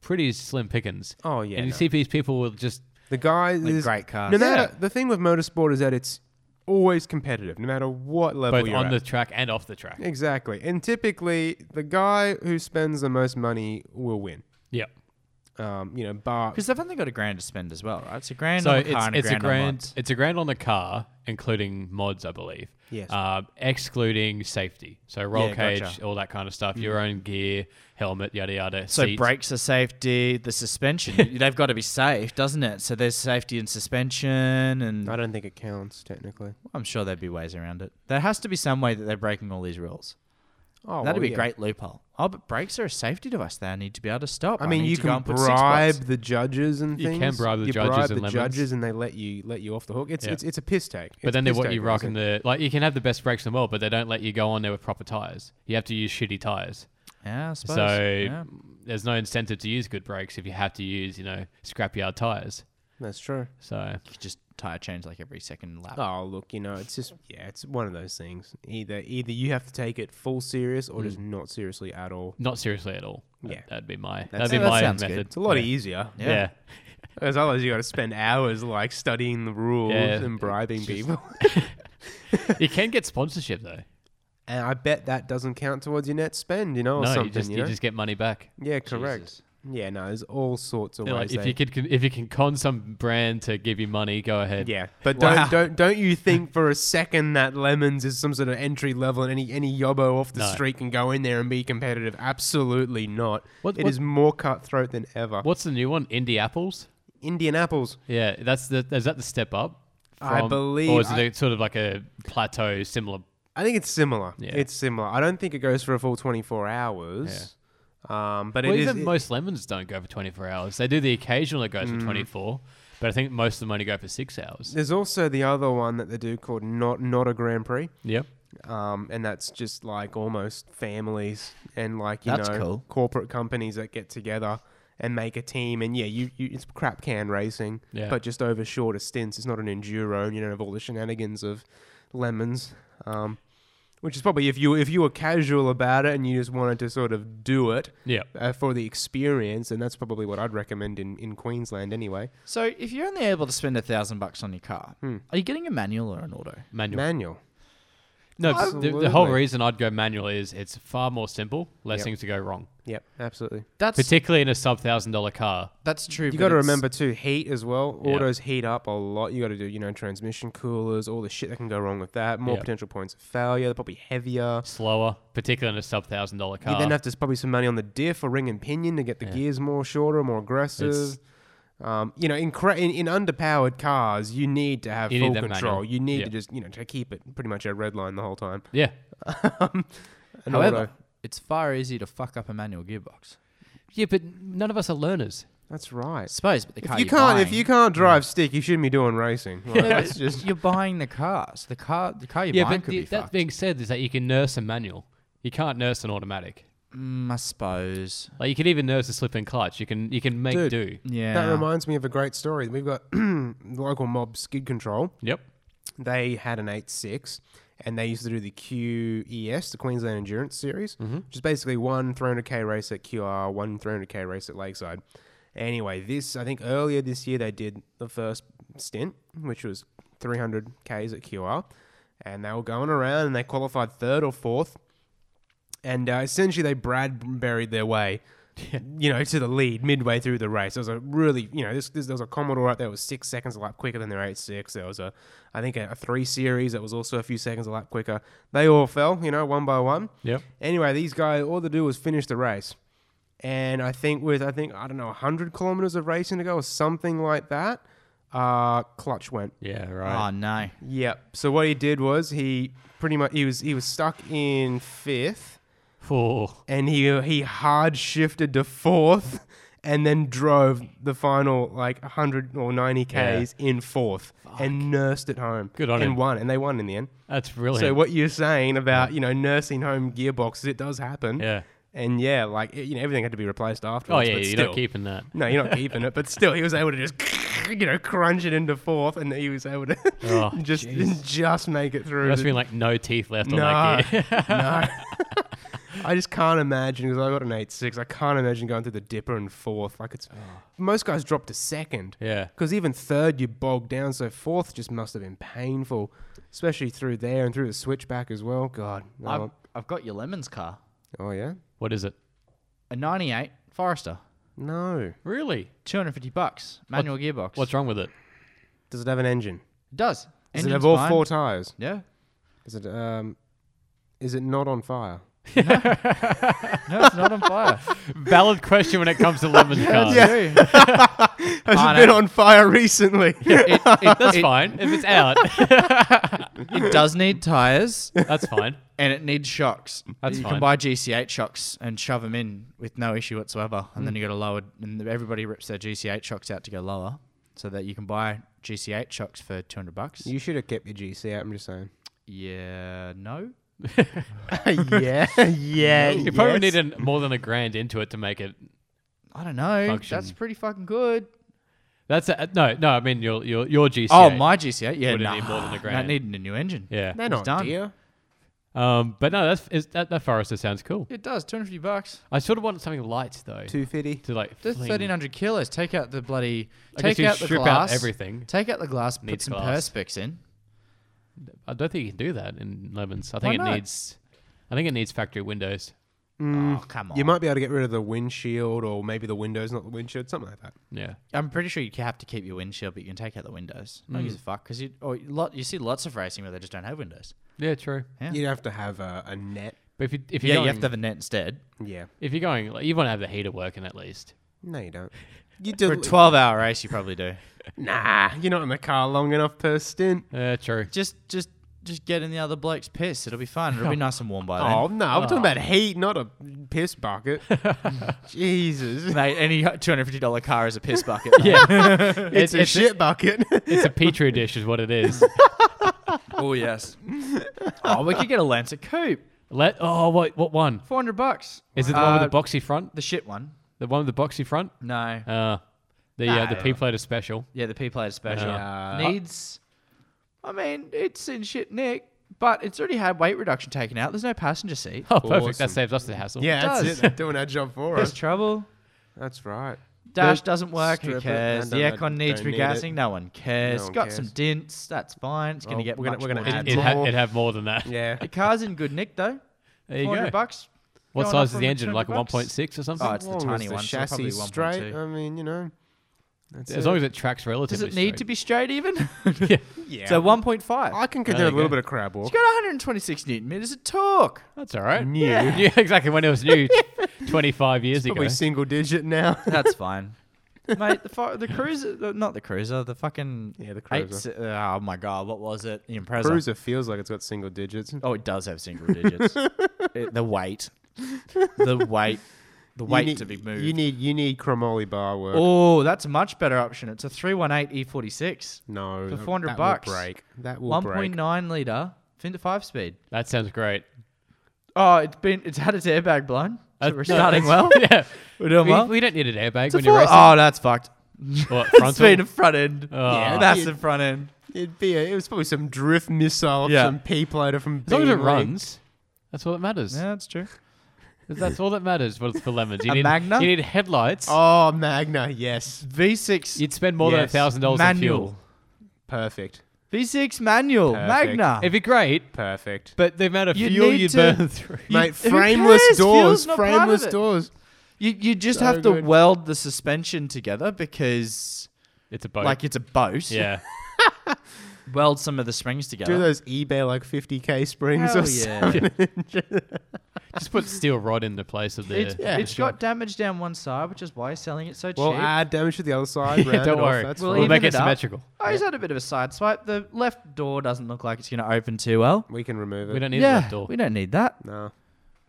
Speaker 1: pretty slim pickings.
Speaker 3: Mm. Oh, yeah,
Speaker 1: and you
Speaker 3: no.
Speaker 1: see these people will just
Speaker 3: The guy is
Speaker 4: great cars.
Speaker 3: No matter
Speaker 1: Yeah.
Speaker 3: the thing with motorsport is that it's always competitive, no matter what level
Speaker 1: both
Speaker 3: you're
Speaker 1: on
Speaker 3: at.
Speaker 1: the track and off the track.
Speaker 3: exactly, and typically the guy who spends the most money will win.
Speaker 1: Yep.
Speaker 3: Um, you know, bar
Speaker 4: Because they've only got a grand to spend as well, right? It's a grand
Speaker 1: So
Speaker 4: on the
Speaker 1: it's,
Speaker 4: car and a
Speaker 1: it's
Speaker 4: grand,
Speaker 1: a
Speaker 4: on
Speaker 1: grand
Speaker 4: mods.
Speaker 1: it's a grand on the car, including mods, I believe.
Speaker 3: Yes.
Speaker 1: Um, excluding safety, so roll
Speaker 4: Yeah,
Speaker 1: cage,
Speaker 4: gotcha.
Speaker 1: all that kind of stuff.
Speaker 3: Mm.
Speaker 1: Your own gear, helmet, yada yada.
Speaker 4: So
Speaker 1: seats.
Speaker 4: brakes are safety, the suspension. they've got to be safe, doesn't it? So there's safety in suspension, and
Speaker 3: I don't think it counts technically.
Speaker 4: I'm sure there'd be ways around it. There has to be some way that they're breaking all these rules.
Speaker 3: Oh,
Speaker 4: That'd
Speaker 3: well,
Speaker 4: be a
Speaker 3: yeah.
Speaker 4: great loophole. Oh, but brakes are a safety device. They need to be able to stop.
Speaker 3: I mean,
Speaker 4: need
Speaker 3: you
Speaker 4: to go
Speaker 3: can
Speaker 4: and put six blocks.
Speaker 3: bribe the judges and
Speaker 1: You
Speaker 3: things.
Speaker 1: can bribe the
Speaker 3: you
Speaker 1: judges
Speaker 3: bribe
Speaker 1: and
Speaker 3: the
Speaker 1: lemons.
Speaker 3: judges, and they let you let you off the hook. It's
Speaker 1: Yeah.
Speaker 3: it's, it's a piss take.
Speaker 1: But
Speaker 3: It's
Speaker 1: then they
Speaker 3: piss
Speaker 1: want you
Speaker 3: take,
Speaker 1: rocking
Speaker 3: honestly.
Speaker 1: the like. You can have the best brakes in the world, but they don't let you go on there with proper tires. You have to use shitty tires.
Speaker 4: Yeah, I suppose.
Speaker 1: So
Speaker 4: yeah.
Speaker 1: there's no incentive to use good brakes if you have to use you know scrapyard tires.
Speaker 3: That's true.
Speaker 1: So
Speaker 4: You could just tire change like every second lap.
Speaker 3: Oh look, you know, it's just yeah, it's one of those things. Either either you have to take it full serious or
Speaker 1: Mm.
Speaker 3: just not seriously at all.
Speaker 1: not seriously at all. That-
Speaker 3: Yeah.
Speaker 1: that'd be my that'd
Speaker 3: That's-
Speaker 1: be
Speaker 4: that
Speaker 1: my
Speaker 4: sounds good.
Speaker 1: method.
Speaker 3: It's a lot
Speaker 1: yeah.
Speaker 3: easier.
Speaker 4: Yeah.
Speaker 1: yeah.
Speaker 3: Because otherwise you got to spend hours like studying the rules
Speaker 1: Yeah,
Speaker 3: and bribing people.
Speaker 1: you can get sponsorship though.
Speaker 3: and I bet that doesn't count towards your net spend, you know, or
Speaker 1: No,
Speaker 3: something.
Speaker 1: you just
Speaker 3: you
Speaker 1: you,
Speaker 3: know?
Speaker 1: just get money back.
Speaker 3: yeah, correct.
Speaker 4: Jesus.
Speaker 3: Yeah, no, there's all sorts of
Speaker 1: They're
Speaker 3: ways.
Speaker 1: Like, if
Speaker 3: they-
Speaker 1: you could, if you can con some brand to give you money, go ahead.
Speaker 3: Yeah, but don't
Speaker 4: Wow.
Speaker 3: don't don't you think for a second that lemons is some sort of entry level and any any yobbo off the
Speaker 1: No.
Speaker 3: street can go in there and be competitive? Absolutely not. It
Speaker 1: What-
Speaker 3: is
Speaker 1: what-
Speaker 3: more cutthroat than ever.
Speaker 1: What's the new one? Indie apples.
Speaker 3: Indian apples.
Speaker 1: Yeah, that's the is that the step up?
Speaker 3: I believe
Speaker 1: or is it
Speaker 3: I-
Speaker 1: sort of like a plateau similar?
Speaker 3: I think it's similar.
Speaker 1: Yeah.
Speaker 3: It's similar. I don't think it goes for a full twenty four hours. Um, but
Speaker 1: Well,
Speaker 3: it Mm. is.
Speaker 1: even
Speaker 3: it-
Speaker 1: most lemons don't go for twenty four hours. They do the occasional that goes for twenty four, but I think most of them only go for six hours.
Speaker 3: there's also the other one that they do called not not a Grand Prix.
Speaker 1: Yep.
Speaker 3: um, and that's just like almost families and like you
Speaker 4: That's
Speaker 3: know
Speaker 4: cool.
Speaker 3: corporate companies that get together and make a team and yeah you, you it's crap can racing
Speaker 1: Yeah.
Speaker 3: but just over shorter stints it's not an enduro and you don't have all the shenanigans of lemons um, which is probably if you if you were casual about it and you just wanted to sort of do it
Speaker 1: Yeah.
Speaker 3: uh, for the experience, and that's probably what I'd recommend in, in Queensland anyway.
Speaker 4: So if you're only able to spend a thousand bucks on your car,
Speaker 3: Hmm.
Speaker 4: are you getting a manual or an auto?
Speaker 1: Manual.
Speaker 3: Manual.
Speaker 1: no, the, the whole
Speaker 3: Absolutely.
Speaker 1: reason I'd go manual is it's far more simple, less
Speaker 3: Yep.
Speaker 1: things to go wrong,
Speaker 3: Yep, absolutely.
Speaker 4: That's
Speaker 1: particularly in a sub thousand dollar car.
Speaker 4: that's true.
Speaker 3: You
Speaker 4: but
Speaker 3: got to
Speaker 4: it's-
Speaker 3: remember too, heat as well.
Speaker 1: Yeah.
Speaker 3: Autos heat up a lot. You got to do, you know, transmission coolers, all the shit that can go wrong with that. More
Speaker 1: Yeah.
Speaker 3: potential points of failure. They're probably heavier.
Speaker 1: Slower, particularly in a sub thousand dollar car.
Speaker 3: You then have to probably some money on the diff or ring and pinion to get the
Speaker 1: Yeah.
Speaker 3: gears more shorter, more aggressive.
Speaker 1: It's-
Speaker 3: Um, you know, in, cra- in in underpowered cars, you need to have
Speaker 1: You need
Speaker 3: full
Speaker 1: that manual.
Speaker 3: control. You need
Speaker 1: Yeah.
Speaker 3: to just, you know, to keep it pretty much at red line the whole time.
Speaker 1: yeah.
Speaker 3: An
Speaker 4: However,
Speaker 3: auto-
Speaker 4: it's far easier to fuck up a manual gearbox.
Speaker 1: Yeah, but none of us are learners.
Speaker 3: that's
Speaker 4: I
Speaker 3: right.
Speaker 4: suppose, but the
Speaker 3: If
Speaker 4: car
Speaker 3: you
Speaker 4: are
Speaker 3: can't,
Speaker 4: buying,
Speaker 3: if you can't drive stick, you shouldn't be doing racing. Like, that's just
Speaker 4: you're buying the car, so the car the car you're
Speaker 1: yeah,
Speaker 4: buying
Speaker 1: but
Speaker 4: could
Speaker 1: the-
Speaker 4: be
Speaker 1: that
Speaker 4: fucked.
Speaker 1: being said, is that you can nurse a manual. You can't nurse an automatic.
Speaker 4: Mm, I suppose.
Speaker 1: Like you can even nurse a slip and clutch. You can you can make
Speaker 3: Dude.
Speaker 1: do.
Speaker 4: Yeah.
Speaker 3: That reminds me of a great story. We've got the local mob skid control.
Speaker 1: Yep.
Speaker 3: They had an eight six, and they used to do the QES, the Queensland Endurance Series, which is basically one 300k race at QR, one 300k race at Lakeside. Anyway, this I think earlier this year they did the first stint, which was 300ks at QR, and they were going around and they qualified third or fourth and uh, essentially they Bradburied their way, you know, to the lead midway through the race. There was a really, you know, this, this there was a Commodore out there that was six seconds a lap quicker than their eight six. There was a, I think a, a three series that was also a few seconds a lap quicker. They all fell, you know, one by one.
Speaker 1: Yep.
Speaker 3: Anyway, these guys, all they do was finish the race. And I think with, I think, I don't know, 100 kilometers of racing to go or something like that, uh, Clutch went.
Speaker 1: Yeah.
Speaker 4: Oh no.
Speaker 3: Yep. So what he did was he pretty much, he was, he was stuck in fifth
Speaker 1: Oh.
Speaker 3: and he he hard shifted to fourth and then drove the final like 100 or 90 Ks
Speaker 1: Yeah.
Speaker 3: in fourth and nursed it home.
Speaker 1: Good on
Speaker 3: and
Speaker 1: him.
Speaker 3: won and they won in the end.
Speaker 1: That's brilliant.
Speaker 3: So what you're saying about, you know, nursing home gearboxes it does happen.
Speaker 1: Yeah.
Speaker 3: And yeah, like it- you know everything had to be replaced
Speaker 1: Oh
Speaker 3: afterwards.
Speaker 1: yeah,
Speaker 3: but
Speaker 1: you're
Speaker 3: still,
Speaker 1: not keeping that.
Speaker 3: No, you're not keeping it, but still he was able to just you know crunch it into fourth and he was able to
Speaker 1: Oh,
Speaker 3: just
Speaker 1: jeez.
Speaker 3: just make it through.
Speaker 1: Must have
Speaker 3: the-
Speaker 1: been like no teeth left on
Speaker 3: no,
Speaker 1: that gear.
Speaker 3: no. I just can't imagine because I got an eight six. I can't imagine going through the dipper and fourth. Like it's
Speaker 4: Oh.
Speaker 3: most guys drop to second.
Speaker 1: yeah.
Speaker 3: Because even third, you bogged down. So fourth just must have been painful, especially through there and through the switchback as well. God. no.
Speaker 4: I've, I've got your lemons car,
Speaker 3: oh yeah.
Speaker 1: What is it?
Speaker 4: a '98 Forester,
Speaker 3: No.
Speaker 1: Really?
Speaker 4: 250 bucks, manual gearbox.
Speaker 1: What's wrong with it?
Speaker 3: Does it have an engine?
Speaker 4: It does.
Speaker 3: Does it
Speaker 4: Engine's
Speaker 3: have all
Speaker 4: fine.
Speaker 3: four tires?
Speaker 4: Yeah.
Speaker 3: Is it um? Is it not on fire?
Speaker 4: No, it's not on fire.
Speaker 1: Valid question when it comes to lemon cars.
Speaker 4: yeah.
Speaker 3: Has
Speaker 4: I
Speaker 3: it been
Speaker 4: know.
Speaker 3: on fire recently?
Speaker 4: It, it,
Speaker 1: That's
Speaker 4: it,
Speaker 1: fine. If it's out,
Speaker 4: it does need tires
Speaker 1: that's fine.
Speaker 4: and it needs shocks.
Speaker 1: That's
Speaker 4: you
Speaker 1: fine.
Speaker 4: can buy GC8 shocks and shove them in with no issue whatsoever, and
Speaker 1: Mm.
Speaker 4: then you got to lower. And everybody rips their GC8 shocks out to go lower, so that you can buy GC8 shocks for 200 bucks.
Speaker 3: you should have kept your GC out. I'm just saying.
Speaker 4: yeah. No.
Speaker 3: yeah. Yeah.
Speaker 1: You probably need an, more than a grand into it to make it.
Speaker 4: I don't know.
Speaker 1: Function.
Speaker 4: That's pretty fucking good.
Speaker 1: That's a, no, no. I mean your your your GC.
Speaker 4: Oh, my GC8. Yeah,
Speaker 1: Wouldn't
Speaker 4: nah,
Speaker 1: need more than a
Speaker 4: That
Speaker 1: grand.
Speaker 4: needed a new engine.
Speaker 1: Yeah.
Speaker 3: They're
Speaker 4: It's
Speaker 3: not
Speaker 4: done.
Speaker 3: dear.
Speaker 1: Um, but no, that's is, that that Forester sounds cool.
Speaker 4: It does. 250 bucks.
Speaker 1: I sort of wanted something light though.
Speaker 3: Two fifty.
Speaker 1: to like
Speaker 4: That's
Speaker 1: fling.
Speaker 4: 1300 kilos. Take out the bloody.
Speaker 1: I guess
Speaker 4: take
Speaker 1: you
Speaker 4: out the
Speaker 1: strip
Speaker 4: glass.
Speaker 1: out everything.
Speaker 4: Take out the glass. Put
Speaker 1: Needs
Speaker 4: some
Speaker 1: glass.
Speaker 4: perspex in.
Speaker 1: I don't think you can do that in lemons. I think it
Speaker 4: not?
Speaker 1: needs. I think it needs factory windows.
Speaker 4: Oh come
Speaker 3: Mm.
Speaker 4: on.
Speaker 3: You might be able to get rid of the windshield or maybe the windows, not the windshield, something like that.
Speaker 1: Yeah.
Speaker 4: I'm pretty sure you have to keep your windshield, but you can take out the windows. I don't
Speaker 1: Hmm.
Speaker 4: give a fuck because you or you lot you see lots of racing where they just don't have windows.
Speaker 1: Yeah, true.
Speaker 4: Yeah.
Speaker 3: You'd have to have a, a net.
Speaker 1: But if you if you're
Speaker 4: Yeah,
Speaker 1: going,
Speaker 4: you have to have a net instead
Speaker 3: Yeah.
Speaker 1: if you're going, like, you want to have the heater working at least.
Speaker 3: No, you don't. You
Speaker 4: for
Speaker 3: do.
Speaker 4: a 12 hour race. You probably do.
Speaker 3: nah, you're not in the car long enough per stint.
Speaker 1: Yeah, true.
Speaker 4: Just just just get in the other bloke's piss. It'll be fine. It'll be nice and warm by then.
Speaker 3: Oh no, I'm talking about heat, not a piss bucket. Jesus,
Speaker 4: Mate, any two hundred fifty dollar car is a piss bucket.
Speaker 1: Yeah,
Speaker 3: it's, a shit bucket.
Speaker 1: It's a petri dish, is what it is.
Speaker 4: oh yes. oh, we could get a Lancer coupe.
Speaker 1: Let oh what what one
Speaker 4: Four hundred bucks.
Speaker 1: is it the one
Speaker 4: Uh,
Speaker 1: with the boxy front?
Speaker 4: The shit one.
Speaker 1: The one with the boxy front?
Speaker 4: No.
Speaker 1: Uh, the uh, the P plater special.
Speaker 4: Yeah, the P player special
Speaker 1: Yeah.
Speaker 4: needs. I mean, it's in shit nick, But it's already had weight reduction taken out. There's no passenger seat.
Speaker 1: Oh, perfect.
Speaker 3: Awesome.
Speaker 1: That saves us the hassle.
Speaker 3: Yeah,
Speaker 4: does.
Speaker 3: that's it. Doing our job for
Speaker 4: There's
Speaker 3: us.
Speaker 4: trouble.
Speaker 3: That's right.
Speaker 4: Dash
Speaker 3: The
Speaker 4: doesn't work. Who
Speaker 3: strip it.
Speaker 4: cares?
Speaker 3: I
Speaker 4: The
Speaker 3: don't- I
Speaker 4: aircon needs
Speaker 3: don't need
Speaker 4: regassing.
Speaker 3: it.
Speaker 4: no one cares.
Speaker 3: No one
Speaker 4: Got
Speaker 3: cares.
Speaker 4: some dints. That's fine. It's going
Speaker 3: Well,
Speaker 4: to get
Speaker 3: we're gonna-
Speaker 4: much
Speaker 3: we're gonna
Speaker 4: more
Speaker 3: add
Speaker 1: It
Speaker 4: dints.
Speaker 1: had
Speaker 3: More.
Speaker 1: it have more than that.
Speaker 3: Yeah.
Speaker 4: The car's in good nick though.
Speaker 1: There you
Speaker 4: 400
Speaker 1: go.
Speaker 4: bucks.
Speaker 1: What
Speaker 4: Going
Speaker 1: size
Speaker 4: up
Speaker 1: is the
Speaker 4: on
Speaker 1: engine? Like
Speaker 4: 200 bucks?
Speaker 1: 1.6 or something?
Speaker 4: Oh, it's the
Speaker 3: As long as
Speaker 4: tiny
Speaker 3: the
Speaker 4: one, so
Speaker 3: Chassis
Speaker 4: probably 1.2.
Speaker 3: straight. I mean, you know. That's
Speaker 1: as
Speaker 3: it.
Speaker 1: long as it tracks relatively.
Speaker 4: Does it need to be straight even?
Speaker 1: straight. yeah,
Speaker 3: yeah.
Speaker 4: So 1.5.
Speaker 3: I can
Speaker 1: There
Speaker 3: consider a
Speaker 1: you
Speaker 3: little
Speaker 1: go.
Speaker 3: bit of crab
Speaker 4: It's
Speaker 3: walk.
Speaker 4: got 126 newton meters of torque.
Speaker 1: that's all right.
Speaker 3: New.
Speaker 1: Yeah. exactly. When it was new, 25 years ago.
Speaker 3: Probably single digit now.
Speaker 4: That's fine. Mate, the fu- the cruiser, the- not the cruiser, the fucking
Speaker 3: Yeah, the
Speaker 4: eight
Speaker 3: Cruiser.
Speaker 4: se- oh my god, what was it? The Impreza.
Speaker 3: Cruiser feels like it's got single digits.
Speaker 4: Oh, it does have single digits. It- the weight, the weight, the weight
Speaker 3: need,
Speaker 4: to be moved.
Speaker 3: You need you need chromoly bar work.
Speaker 4: oh, that's a much better option. It's a 318 E46,
Speaker 3: no,
Speaker 4: for
Speaker 3: that-
Speaker 4: 400
Speaker 3: that
Speaker 4: bucks.
Speaker 3: Will break. That will break.
Speaker 4: 1.9 liter, fin to five speed.
Speaker 1: That sounds great.
Speaker 4: Oh, it's been it's had its airbag blown. So
Speaker 1: That-
Speaker 4: we're
Speaker 1: no,
Speaker 4: starting
Speaker 1: that's-
Speaker 4: well.
Speaker 1: yeah.
Speaker 4: We're doing
Speaker 1: We,
Speaker 4: well.
Speaker 1: we don't need an airbag
Speaker 4: It's a
Speaker 1: when you're
Speaker 4: four-
Speaker 1: racing.
Speaker 4: oh, that's fucked.
Speaker 1: What,
Speaker 4: It's
Speaker 1: frontal?
Speaker 4: been a front end.
Speaker 1: Yeah,
Speaker 4: massive
Speaker 3: dude.
Speaker 4: front end.
Speaker 3: It'd be a, it was probably some drift missile,
Speaker 4: Yeah.
Speaker 3: some pea loader from.
Speaker 1: As long as it
Speaker 3: Beam Lake.
Speaker 1: runs, that's all that matters.
Speaker 4: Yeah, that's true.
Speaker 1: That's all that matters for, for lemons. You
Speaker 4: A
Speaker 1: need
Speaker 4: Magna?
Speaker 1: You need headlights.
Speaker 3: Oh, Magna, yes,
Speaker 4: V6
Speaker 1: You'd spend more than a
Speaker 3: Yes.
Speaker 1: thousand dollars on
Speaker 4: manual.
Speaker 1: fuel.
Speaker 3: perfect,
Speaker 4: V6 manual.
Speaker 3: Perfect.
Speaker 4: Magna.
Speaker 1: It'd be great,
Speaker 3: perfect.
Speaker 1: but the amount of
Speaker 4: You'd
Speaker 1: fuel
Speaker 4: need
Speaker 1: you
Speaker 4: to-
Speaker 1: burn through.
Speaker 4: You-
Speaker 3: Mate,
Speaker 4: who
Speaker 3: frameless
Speaker 4: cares? Fuel's
Speaker 3: doors,
Speaker 4: not part of
Speaker 3: frameless
Speaker 4: it.
Speaker 3: doors.
Speaker 4: you you just
Speaker 3: So
Speaker 4: have to
Speaker 3: good.
Speaker 4: weld the suspension together because
Speaker 1: It's a boat.
Speaker 4: like it's a boat.
Speaker 1: yeah.
Speaker 4: Weld some of the springs together.
Speaker 3: Do those eBay like 50k springs
Speaker 4: Hell
Speaker 3: or
Speaker 4: yeah.
Speaker 3: something.
Speaker 1: Just put steel rod in the place of the.
Speaker 4: It's,
Speaker 1: yeah.
Speaker 4: it's got damage down one side, which is why he's selling it so
Speaker 3: Well,
Speaker 1: uh,
Speaker 4: cheap.
Speaker 3: add damage to the other side. round
Speaker 1: don't
Speaker 3: it off,
Speaker 1: worry.
Speaker 3: That's
Speaker 1: we'll
Speaker 4: Well,
Speaker 3: fine.
Speaker 4: even
Speaker 1: make it,
Speaker 4: it up.
Speaker 1: symmetrical.
Speaker 4: oh, he's had a bit of a side swipe. The left door doesn't look like it's going to open too well.
Speaker 3: we can remove it.
Speaker 1: We don't need
Speaker 4: yeah,
Speaker 1: that door.
Speaker 4: we don't need that.
Speaker 3: No.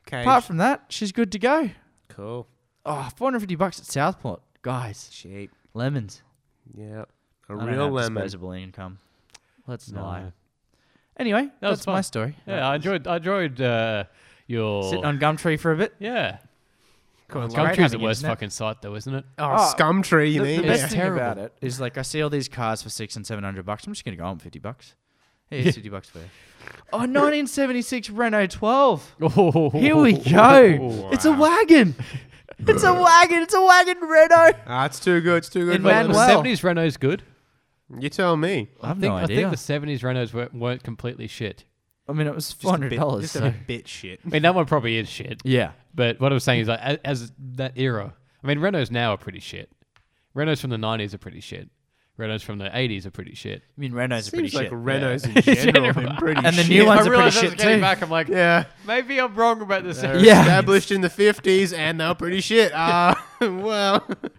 Speaker 3: Cage.
Speaker 4: Apart from that, she's good to go.
Speaker 3: cool.
Speaker 4: Oh, 450 bucks at Southport. Guys,
Speaker 3: Cheap.
Speaker 4: lemons.
Speaker 3: Yeah. A
Speaker 4: I don't
Speaker 3: real
Speaker 4: have
Speaker 3: lemon.
Speaker 4: disposable income. Let's
Speaker 1: No.
Speaker 4: not lie. Anyway,
Speaker 1: That was
Speaker 4: that's my
Speaker 1: fun.
Speaker 4: story.
Speaker 1: Yeah, I enjoyed. I enjoyed uh, your.
Speaker 4: Sitting on Gumtree for a bit.
Speaker 1: yeah.
Speaker 4: Cool.
Speaker 1: Gumtree's the worst fucking site though, isn't it?
Speaker 3: Oh,
Speaker 4: Oh,
Speaker 3: scum tree, you
Speaker 4: The,
Speaker 3: mean?
Speaker 4: the
Speaker 3: Yeah.
Speaker 4: best thing
Speaker 1: Terrible.
Speaker 4: about it is like I see all these cars for six and seven hundred bucks. I'm just gonna go on fifty bucks. Here's fifty bucks for you. Oh, 1976 Renault 12.
Speaker 1: Oh.
Speaker 4: Oh. Here we go. It's a
Speaker 3: Wow.
Speaker 4: wagon. It's a wagon. It's a wagon Renault.
Speaker 3: Ah, it's too good. It's too good.
Speaker 4: In
Speaker 3: for
Speaker 1: But
Speaker 4: Manuel.
Speaker 1: the
Speaker 3: lemons.
Speaker 1: seventies Renault's good.
Speaker 3: You tell me.
Speaker 4: I have
Speaker 1: I
Speaker 4: no
Speaker 1: think, I
Speaker 4: idea. I,
Speaker 1: think the seventies Renaults weren't, weren't completely shit.
Speaker 4: mean, it was four
Speaker 3: Just a
Speaker 4: hundred
Speaker 3: bit-
Speaker 4: dollars.
Speaker 3: Just
Speaker 4: So.
Speaker 3: a bit shit.
Speaker 1: I mean, that one probably is shit.
Speaker 4: Yeah.
Speaker 1: But what I'm saying is, like, as, as that era, I mean, Renaults now are pretty shit. Renaults from the nineties are pretty shit. Renaults from the eighties are pretty shit.
Speaker 4: I mean, Renaults are pretty
Speaker 3: Seems like
Speaker 4: shit.
Speaker 3: Renaults in general have been pretty
Speaker 4: And the
Speaker 3: shit.
Speaker 4: new ones
Speaker 1: I
Speaker 4: are
Speaker 1: realized
Speaker 4: pretty
Speaker 1: I
Speaker 4: shit
Speaker 1: was getting
Speaker 4: too.
Speaker 1: back. I'm like,
Speaker 3: Yeah.
Speaker 1: maybe I'm wrong about this.
Speaker 3: They were
Speaker 4: Yeah.
Speaker 3: Established in the 50s and they were pretty shit. Uh, well, there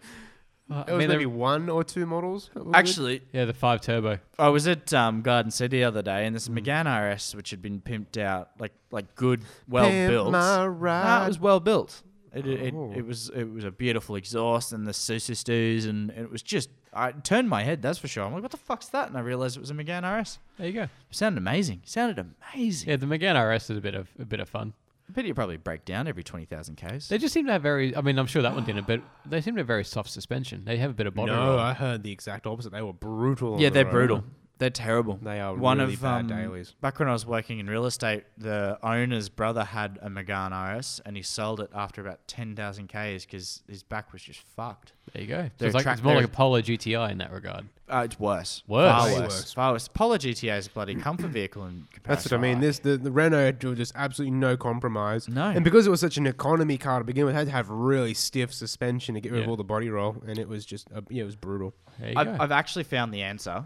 Speaker 1: I
Speaker 3: was
Speaker 1: mean,
Speaker 3: maybe
Speaker 1: they're-
Speaker 3: one or two models. that were good.
Speaker 4: Actually,
Speaker 1: yeah, the five turbo.
Speaker 4: I was at um, Garden City the other day, and this
Speaker 3: Mm.
Speaker 4: Megane RS, which had been pimped out, like like good, well
Speaker 3: Pimp
Speaker 4: built.
Speaker 3: My
Speaker 4: Nah, it
Speaker 3: ride.
Speaker 4: was well built. It, it,
Speaker 3: Oh.
Speaker 4: it, it was it was a beautiful exhaust and the Susistus and it was just I it turned my head that's for sure. I'm like, what the fuck's that? And I realized it was a Megane RS.
Speaker 1: There you go.
Speaker 4: It sounded amazing. It sounded amazing.
Speaker 1: Yeah, the Megane RS is a bit of a bit of fun.
Speaker 4: Pity it probably break down every twenty thousand k's.
Speaker 1: They just seem to have very. I mean, I'm sure that one didn't, but they seem to have very soft suspension. They have a bit of body
Speaker 3: No,
Speaker 1: roll.
Speaker 3: I heard the exact opposite. They were brutal. on
Speaker 4: Yeah,
Speaker 3: the
Speaker 4: they're
Speaker 3: road.
Speaker 4: brutal. They're terrible.
Speaker 3: They are
Speaker 4: one
Speaker 3: really
Speaker 4: of
Speaker 3: bad
Speaker 4: um,
Speaker 3: dailies.
Speaker 4: Back when I was working in real estate, the owner's brother had a Megane RS and he sold it after about ten thousand k's because his back was just fucked.
Speaker 1: There you go. So
Speaker 4: They're
Speaker 1: it's, like,
Speaker 4: attract-
Speaker 1: it's more like a
Speaker 4: they're-
Speaker 1: Polo GTI in that regard.
Speaker 4: Uh, it's worse.
Speaker 1: Worse.
Speaker 4: Far
Speaker 1: Way
Speaker 4: worse.
Speaker 3: worse.
Speaker 4: Far worse. Apollo GTA is a bloody comfort vehicle in comparison.
Speaker 3: That's what I mean. This the, the Renault there was just absolutely no compromise.
Speaker 4: No.
Speaker 3: and because it was such an economy car to begin with, it had to have really stiff suspension to get rid of
Speaker 1: Yeah.
Speaker 3: all the body roll, and it was just uh, yeah, it was brutal.
Speaker 1: There you
Speaker 4: I've,
Speaker 1: go.
Speaker 4: I've actually found the answer.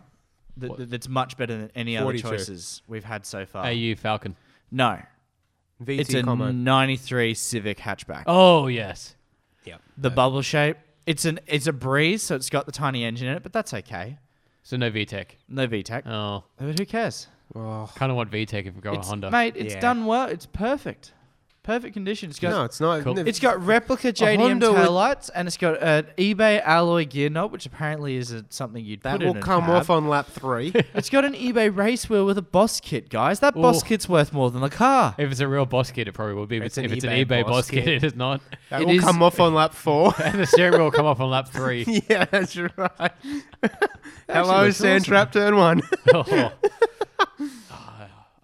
Speaker 4: That, that- that's much better than any other
Speaker 3: 42.
Speaker 4: choices we've had so far.
Speaker 1: AU Falcon.
Speaker 3: E
Speaker 4: no,
Speaker 3: VT
Speaker 4: it's a
Speaker 3: combo.
Speaker 4: '93 Civic hatchback.
Speaker 1: Oh yes.
Speaker 4: the bubble shape. It's an it's a breeze, so it's got the tiny engine in it, but that's okay.
Speaker 1: So no VTEC.
Speaker 4: No VTEC.
Speaker 1: Oh,
Speaker 4: but who cares?
Speaker 3: Oh.
Speaker 1: kind of want VTEC if we go a
Speaker 4: It's,
Speaker 1: Honda.
Speaker 4: Mate, it's
Speaker 3: Yeah.
Speaker 4: done well. It's perfect. Perfect condition. It's got
Speaker 3: No, it's not.
Speaker 1: Cool.
Speaker 3: no,
Speaker 4: It's got replica JDM
Speaker 3: Honda would-
Speaker 4: taillights, and it's got an eBay alloy gear knob, which apparently is a, something you'd
Speaker 3: that
Speaker 4: put
Speaker 3: will
Speaker 4: in a
Speaker 3: come
Speaker 4: cab.
Speaker 3: off on lap three.
Speaker 4: It's got an eBay race wheel with a boss kit, guys. That boss
Speaker 1: Ooh.
Speaker 4: kit's worth more than the car.
Speaker 1: If it's a real boss kit, it probably will be. But
Speaker 3: It's an
Speaker 1: if it's
Speaker 3: eBay
Speaker 1: an eBay
Speaker 3: boss
Speaker 1: boss kit,
Speaker 3: kit.
Speaker 1: it is not.
Speaker 3: That
Speaker 4: It
Speaker 3: will
Speaker 4: is-
Speaker 3: come off on lap four.
Speaker 1: And the steering wheel will come off on lap three.
Speaker 3: yeah, that's right. Hello,
Speaker 4: looks
Speaker 3: Sand Trap Turn One.
Speaker 1: Oh. I-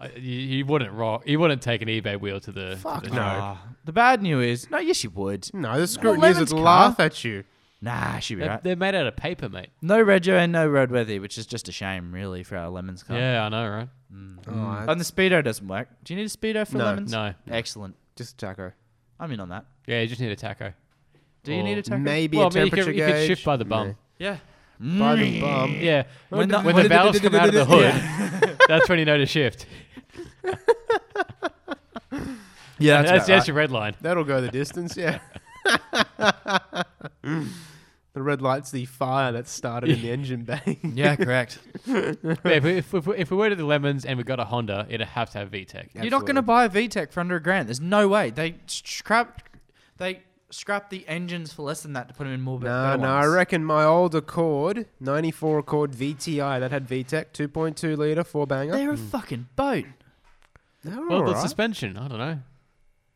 Speaker 1: Oh. you, you wouldn't rock. You wouldn't take an eBay wheel to the. to
Speaker 4: Fuck
Speaker 1: the-
Speaker 4: no. Ah, The bad news is, no, yes, you would.
Speaker 3: No, the
Speaker 4: Lemon's
Speaker 3: scrutineers would
Speaker 4: car.
Speaker 3: laugh at you.
Speaker 4: Nah, she'd be
Speaker 1: They're,
Speaker 4: right.
Speaker 1: they're made out of paper, mate.
Speaker 4: No Reggio and no Roadworthy, which is just a shame, really, for our lemons car.
Speaker 1: Yeah, I know, right?
Speaker 4: Mm.
Speaker 3: Oh,
Speaker 4: And the speedo doesn't work. Do you need a speedo for
Speaker 3: No.
Speaker 4: lemons?
Speaker 1: No.
Speaker 4: Excellent.
Speaker 3: just taco.
Speaker 4: I'm in on that.
Speaker 1: Yeah, you just need a taco.
Speaker 4: Do you
Speaker 1: Or-
Speaker 4: need a taco?
Speaker 3: Maybe
Speaker 1: well,
Speaker 3: a
Speaker 1: I mean, you
Speaker 3: temperature
Speaker 1: could, you could
Speaker 3: gauge.
Speaker 1: shift by the bum.
Speaker 4: Yeah.
Speaker 3: By
Speaker 1: Mm.
Speaker 3: the bum.
Speaker 1: Yeah,
Speaker 4: When the-
Speaker 1: when
Speaker 4: when
Speaker 1: the
Speaker 4: the-
Speaker 1: valves come out of the hood, that's when you know to shift.
Speaker 4: Yeah,
Speaker 1: That's,
Speaker 4: that's,
Speaker 1: that's,
Speaker 4: about right.
Speaker 1: your red line.
Speaker 3: That'll go the distance, yeah. the red light's the fire that started in the engine bay.
Speaker 4: Yeah, correct.
Speaker 1: Yeah, if, we, if, we, if we were to the lemons and we got a Honda, it'd have to have VTEC.
Speaker 4: You're not going to buy a VTEC for under a grand. There's no way. They scrapped. They scrapped the engines for less than that to put them in more. be-
Speaker 3: No,
Speaker 4: better
Speaker 3: no, I
Speaker 4: ones.
Speaker 3: reckon my old Accord, 94 Accord VTI, that had VTEC, 2.2 litre, four banger.
Speaker 4: They're a fucking boat.
Speaker 3: They were
Speaker 1: Well, the
Speaker 3: alright.
Speaker 1: suspension, I don't know,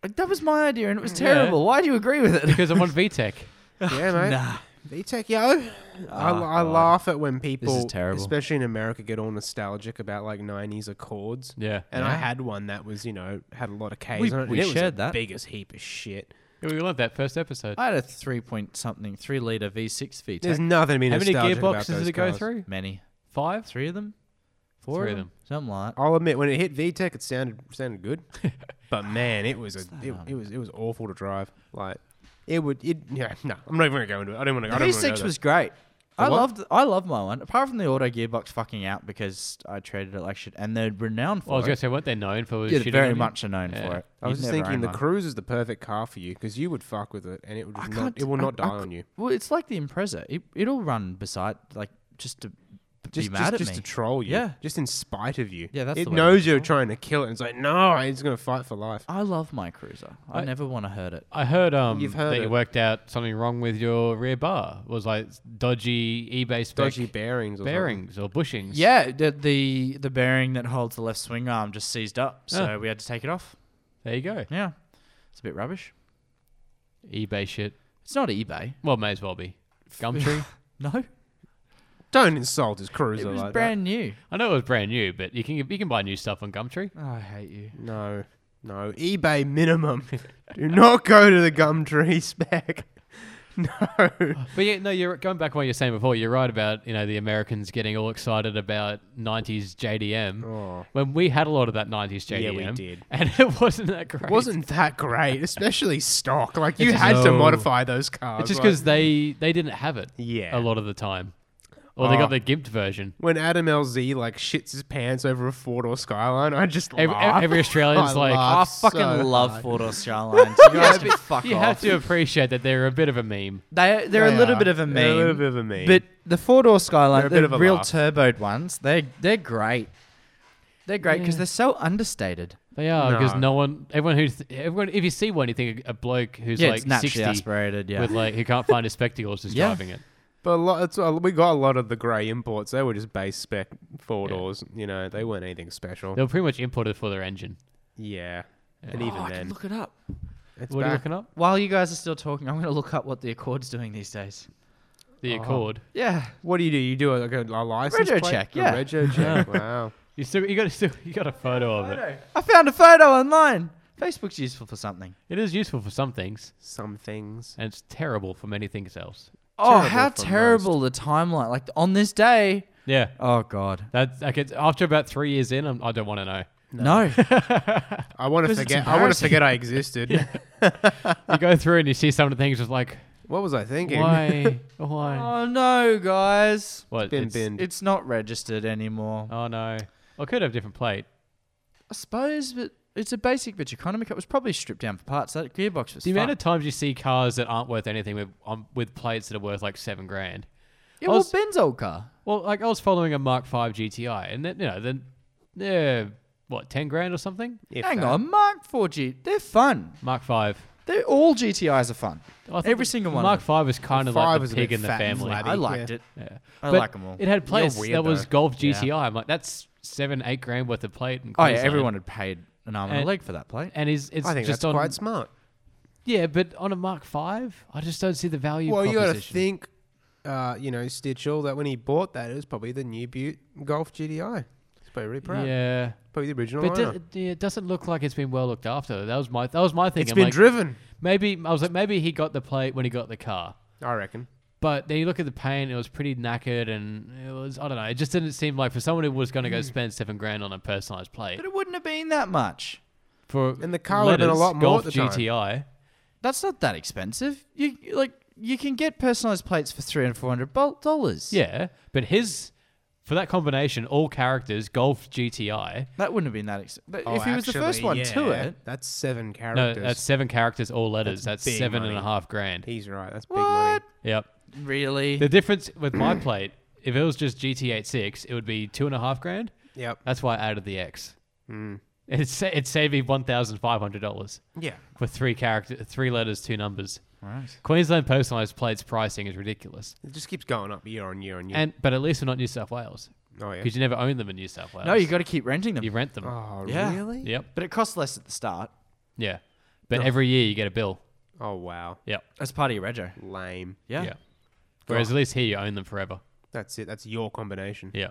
Speaker 4: Like, that was my idea, and it was terrible. Why do you agree with it?
Speaker 1: because I want VTEC.
Speaker 3: yeah, mate.
Speaker 4: nah.
Speaker 3: VTEC, yo. I,
Speaker 4: Ah,
Speaker 3: I
Speaker 4: God.
Speaker 3: laugh at when people,
Speaker 4: terrible.
Speaker 3: especially in America, get all nostalgic about like 90s Accords.
Speaker 1: Yeah,
Speaker 3: And I had one that was, you know, had a lot of K's
Speaker 4: We-
Speaker 3: on it.
Speaker 4: we
Speaker 3: and it was the
Speaker 4: shared that.
Speaker 3: biggest heap of shit.
Speaker 1: Yeah, we loved that first episode.
Speaker 4: I had a three point something, three liter V6 VTEC.
Speaker 3: There's nothing to be
Speaker 1: How many
Speaker 3: nostalgic about
Speaker 1: gearboxes
Speaker 3: those
Speaker 1: did it go
Speaker 3: cars.
Speaker 1: through?
Speaker 4: Many,
Speaker 1: Five.
Speaker 4: three of them, four
Speaker 1: Three
Speaker 4: of
Speaker 1: of
Speaker 4: them, something like. that.
Speaker 3: I'll admit when it hit VTEC, it sounded sounded good, but man, it was a it, it was it was awful to drive. Like it would it yeah no, I'm not even gonna go into it. I don't want to.
Speaker 4: The V6 was great. I
Speaker 3: what?
Speaker 4: loved, I loved my one. Apart from the auto gearbox fucking out because I traded it like shit, and they're renowned for
Speaker 1: Well, I was going
Speaker 4: it.
Speaker 1: to say, weren't they known for?
Speaker 4: Yeah,
Speaker 1: shitting on
Speaker 4: very
Speaker 1: you?
Speaker 4: much are known for
Speaker 1: Yeah.
Speaker 4: it.
Speaker 3: I was
Speaker 4: You'd
Speaker 3: just
Speaker 4: never
Speaker 3: thinking
Speaker 4: own
Speaker 3: the
Speaker 4: one.
Speaker 3: cruise is the perfect car for you because you would fuck with it and it would
Speaker 4: I
Speaker 3: just
Speaker 4: can't.
Speaker 3: not it will
Speaker 4: I-
Speaker 3: not
Speaker 4: I
Speaker 3: die
Speaker 4: c-
Speaker 3: on you.
Speaker 4: Well, it's like the Impreza. It, it'll run beside, like, just to
Speaker 3: Just
Speaker 4: be mad
Speaker 3: just,
Speaker 4: at
Speaker 3: just
Speaker 4: me.
Speaker 3: to troll you.
Speaker 4: Yeah.
Speaker 3: Just in spite of you.
Speaker 4: Yeah, that's
Speaker 3: it
Speaker 4: the way I
Speaker 3: knows you're trying to kill it. And it's like no, it's gonna fight for life.
Speaker 4: I love my Cruiser. I,
Speaker 1: I-
Speaker 4: never want to hurt it.
Speaker 1: I heard um
Speaker 3: You've heard
Speaker 1: that you
Speaker 3: it.
Speaker 1: worked out something wrong with your rear bar. It was like dodgy eBay spec
Speaker 3: Dodgy bearings. Or
Speaker 1: bearings or bushings.
Speaker 4: Yeah, the, the the bearing that holds the left swing arm just seized up, so
Speaker 1: Yeah.
Speaker 4: we had to take it off.
Speaker 1: There you go.
Speaker 4: Yeah, it's a bit rubbish.
Speaker 1: eBay shit.
Speaker 4: It's not eBay.
Speaker 1: Well, may as well be. Gumtree.
Speaker 4: No,
Speaker 3: something. Don't insult his cruiser
Speaker 4: it was
Speaker 3: like
Speaker 4: brand new.
Speaker 1: I know it was brand new, but you can you can buy new stuff on Gumtree.
Speaker 4: Oh, I hate you.
Speaker 3: that. No, no. eBay minimum. Do not go to the Gumtree spec. No.
Speaker 1: But yeah, no, you're going back to what you were saying before. You're right about you know the Americans getting all excited about '90s JDM
Speaker 3: Oh.
Speaker 1: when we had a lot of that '90s JDM.
Speaker 3: Yeah, we did.
Speaker 1: and it wasn't that great.
Speaker 3: wasn't that great, especially stock. Like you
Speaker 1: just-
Speaker 3: had to
Speaker 1: No.
Speaker 3: modify those cars.
Speaker 1: It's just
Speaker 3: like-
Speaker 1: because they they didn't have it.
Speaker 3: Yeah.
Speaker 1: a lot of the time, or they
Speaker 3: Ah.
Speaker 1: got the gimped version.
Speaker 3: when Adam LZ like shits his pants over a four door Skyline, I just
Speaker 1: Every, e,
Speaker 3: laugh.
Speaker 1: every Australian's
Speaker 3: I
Speaker 1: like, "Oh,
Speaker 3: laugh.
Speaker 4: I
Speaker 3: That's
Speaker 4: fucking
Speaker 3: so
Speaker 4: love
Speaker 3: hard.
Speaker 4: Ford or Starlines. You guys can fuck
Speaker 1: you
Speaker 4: off.
Speaker 1: have to appreciate that they're a bit of a meme.
Speaker 4: They, they're
Speaker 3: They
Speaker 4: a little
Speaker 3: are.
Speaker 4: bit of a meme.
Speaker 3: They're a little bit of a meme.
Speaker 4: But the four door
Speaker 3: They're a
Speaker 4: Skyline, the
Speaker 3: bit of a
Speaker 4: real
Speaker 3: laugh.
Speaker 4: turboed ones, they're they're great. They're great because
Speaker 1: Yeah.
Speaker 4: they're so understated.
Speaker 1: They are because
Speaker 3: No.
Speaker 1: no. one, everyone who's everyone, if you see one, you think a bloke who's
Speaker 4: yeah,
Speaker 1: like
Speaker 4: it's naturally
Speaker 1: sixty
Speaker 4: aspirated. Yeah,
Speaker 1: with like who can't find his spectacles is
Speaker 4: Yeah.
Speaker 1: driving it.
Speaker 3: but a lot, it's, uh, we got a lot of the grey imports. They were just base spec four doors. You know, they weren't anything special.
Speaker 1: They were pretty much imported for their engine.
Speaker 3: Yeah, and
Speaker 1: Oh,
Speaker 3: even
Speaker 4: oh, I can
Speaker 3: then,
Speaker 4: look it up.
Speaker 3: it's
Speaker 1: what are you
Speaker 3: back.
Speaker 1: looking up?
Speaker 4: While you guys are still talking, I'm going to look up what the Accord's doing these days.
Speaker 1: The Accord.
Speaker 4: Yeah,
Speaker 3: What do you do? You do a, like a, a license
Speaker 4: Rego
Speaker 3: plate?
Speaker 4: check,
Speaker 3: A
Speaker 4: yeah.
Speaker 3: rego check. wow.
Speaker 1: You still you got still you got a photo of it.
Speaker 4: I found a photo online. Facebook's useful for something.
Speaker 1: It is useful for some things,
Speaker 3: Some things.
Speaker 1: and it's terrible for many things else.
Speaker 4: Oh,
Speaker 3: Terrible
Speaker 4: how
Speaker 3: for
Speaker 4: terrible the timeline! Like on this day.
Speaker 1: Yeah,
Speaker 4: Oh God,
Speaker 1: that's like it's, after about three years in, I'm, I don't want to know.
Speaker 4: no.
Speaker 3: I want to
Speaker 4: 'Cause it's
Speaker 3: forget. I want to
Speaker 4: embarrassing.
Speaker 3: forget I existed.
Speaker 1: You go through and you see some of the things, it's like
Speaker 3: What was I thinking?
Speaker 1: why, why?
Speaker 4: oh no, guys,
Speaker 1: What?
Speaker 3: Been
Speaker 1: it's-
Speaker 3: binned.
Speaker 4: it's not registered anymore.
Speaker 1: Oh no, I could have a different plate.
Speaker 4: I suppose, but it's a basic bitch economy car. It was probably stripped down for parts. That gearbox was.
Speaker 1: The
Speaker 4: fucked.
Speaker 1: amount of times you see cars that aren't worth anything with um, with plates that are worth like seven grand.
Speaker 4: yeah,
Speaker 1: I
Speaker 4: well,
Speaker 1: was-
Speaker 4: Ben's old car.
Speaker 1: Well, like I was following a Mark V GTI, and then you know then they're what ten grand or something.
Speaker 3: If
Speaker 4: Hang
Speaker 3: that.
Speaker 4: on, Mark 4G. They're fun.
Speaker 1: Mark V.
Speaker 4: They're all GTIs are fun.
Speaker 1: I thought
Speaker 4: Every
Speaker 1: the-
Speaker 4: single one.
Speaker 1: Mark
Speaker 4: of
Speaker 1: V was kind of
Speaker 3: Five
Speaker 1: like
Speaker 3: was
Speaker 1: the
Speaker 3: a
Speaker 1: pig
Speaker 3: bit
Speaker 1: in the
Speaker 3: fat and
Speaker 1: family.
Speaker 4: them.
Speaker 3: flabby.
Speaker 4: I liked
Speaker 3: Yeah.
Speaker 4: it.
Speaker 1: Yeah.
Speaker 4: I
Speaker 1: But
Speaker 4: like them all.
Speaker 1: It had plates
Speaker 3: weird,
Speaker 1: that was
Speaker 3: though.
Speaker 1: Golf GTI. I'm like, that's seven, eight grand worth of plate. In
Speaker 4: oh yeah,
Speaker 1: Queensland.
Speaker 4: everyone had paid an arm and a
Speaker 1: And-
Speaker 4: leg for that plate.
Speaker 1: And is it's
Speaker 3: I think
Speaker 1: just
Speaker 3: that's
Speaker 1: on
Speaker 3: quite smart.
Speaker 1: yeah, but on a Mark V, I just don't see the value.
Speaker 3: Well, you got to
Speaker 1: proposition.
Speaker 3: think, uh, you know, Stitchell, that when he bought that, it was probably the new Butte Golf GDI. It's But really proud.
Speaker 1: Yeah,
Speaker 3: Probably the original
Speaker 1: but do,
Speaker 3: owner.
Speaker 1: yeah, it doesn't look like it's been well looked after. That was my that was my thing.
Speaker 3: It's
Speaker 1: I'm
Speaker 3: been
Speaker 1: like,
Speaker 3: driven.
Speaker 1: Maybe I was like, maybe he got the plate when he got the car.
Speaker 3: I reckon.
Speaker 1: But then you look at the paint; it was pretty knackered, and it was I don't know. It just didn't seem like for someone who was going to
Speaker 3: Hmm.
Speaker 1: go spend seven grand on a personalized plate
Speaker 4: But it wouldn't have been that much.
Speaker 1: for
Speaker 3: And the car would've been a
Speaker 1: letters,
Speaker 3: lot more
Speaker 1: Golf
Speaker 3: at the time.
Speaker 1: GTI.
Speaker 4: That's not that expensive. You like you can get personalized plates for three and four hundred dollars.
Speaker 1: Yeah, but his for that combination, all characters Golf GTI.
Speaker 4: that wouldn't have been that expensive.
Speaker 3: Oh,
Speaker 4: if he was the first
Speaker 3: actually,
Speaker 4: one to
Speaker 3: yeah.
Speaker 4: it,
Speaker 3: That's seven
Speaker 1: No,
Speaker 3: characters.
Speaker 1: that's seven characters, all letters. That's,
Speaker 3: big
Speaker 1: seven and a
Speaker 3: money.
Speaker 1: half grand.
Speaker 3: He's right. That's big money.
Speaker 4: what?
Speaker 1: Yep.
Speaker 4: Really?
Speaker 1: The difference with my plate, if it was just GT86, it would be two and a half grand.
Speaker 3: Yep.
Speaker 1: That's why I added the X.
Speaker 3: Hmm.
Speaker 1: Mm. It's sa- it's saving one thousand five hundred dollars
Speaker 3: Yeah.
Speaker 1: for three character, three letters, two numbers.
Speaker 4: right.
Speaker 1: Queensland personalised plates pricing is ridiculous,
Speaker 3: It just keeps going up year on year on year.
Speaker 1: and but at least we're not New South Wales
Speaker 3: oh yeah.
Speaker 1: because you never own them in New South Wales.
Speaker 4: No, you got to keep renting them.
Speaker 1: you rent them.
Speaker 3: Oh
Speaker 4: yeah.
Speaker 3: really?
Speaker 1: Yep,
Speaker 4: But it costs less at the start.
Speaker 1: yeah, but every year you get a bill.
Speaker 3: Oh wow.
Speaker 1: Yep,
Speaker 4: That's part of your rego.
Speaker 3: Lame.
Speaker 4: Yeah.
Speaker 1: yeah. Whereas at least here you own them forever.
Speaker 3: That's it. That's your combination.
Speaker 1: Yeah,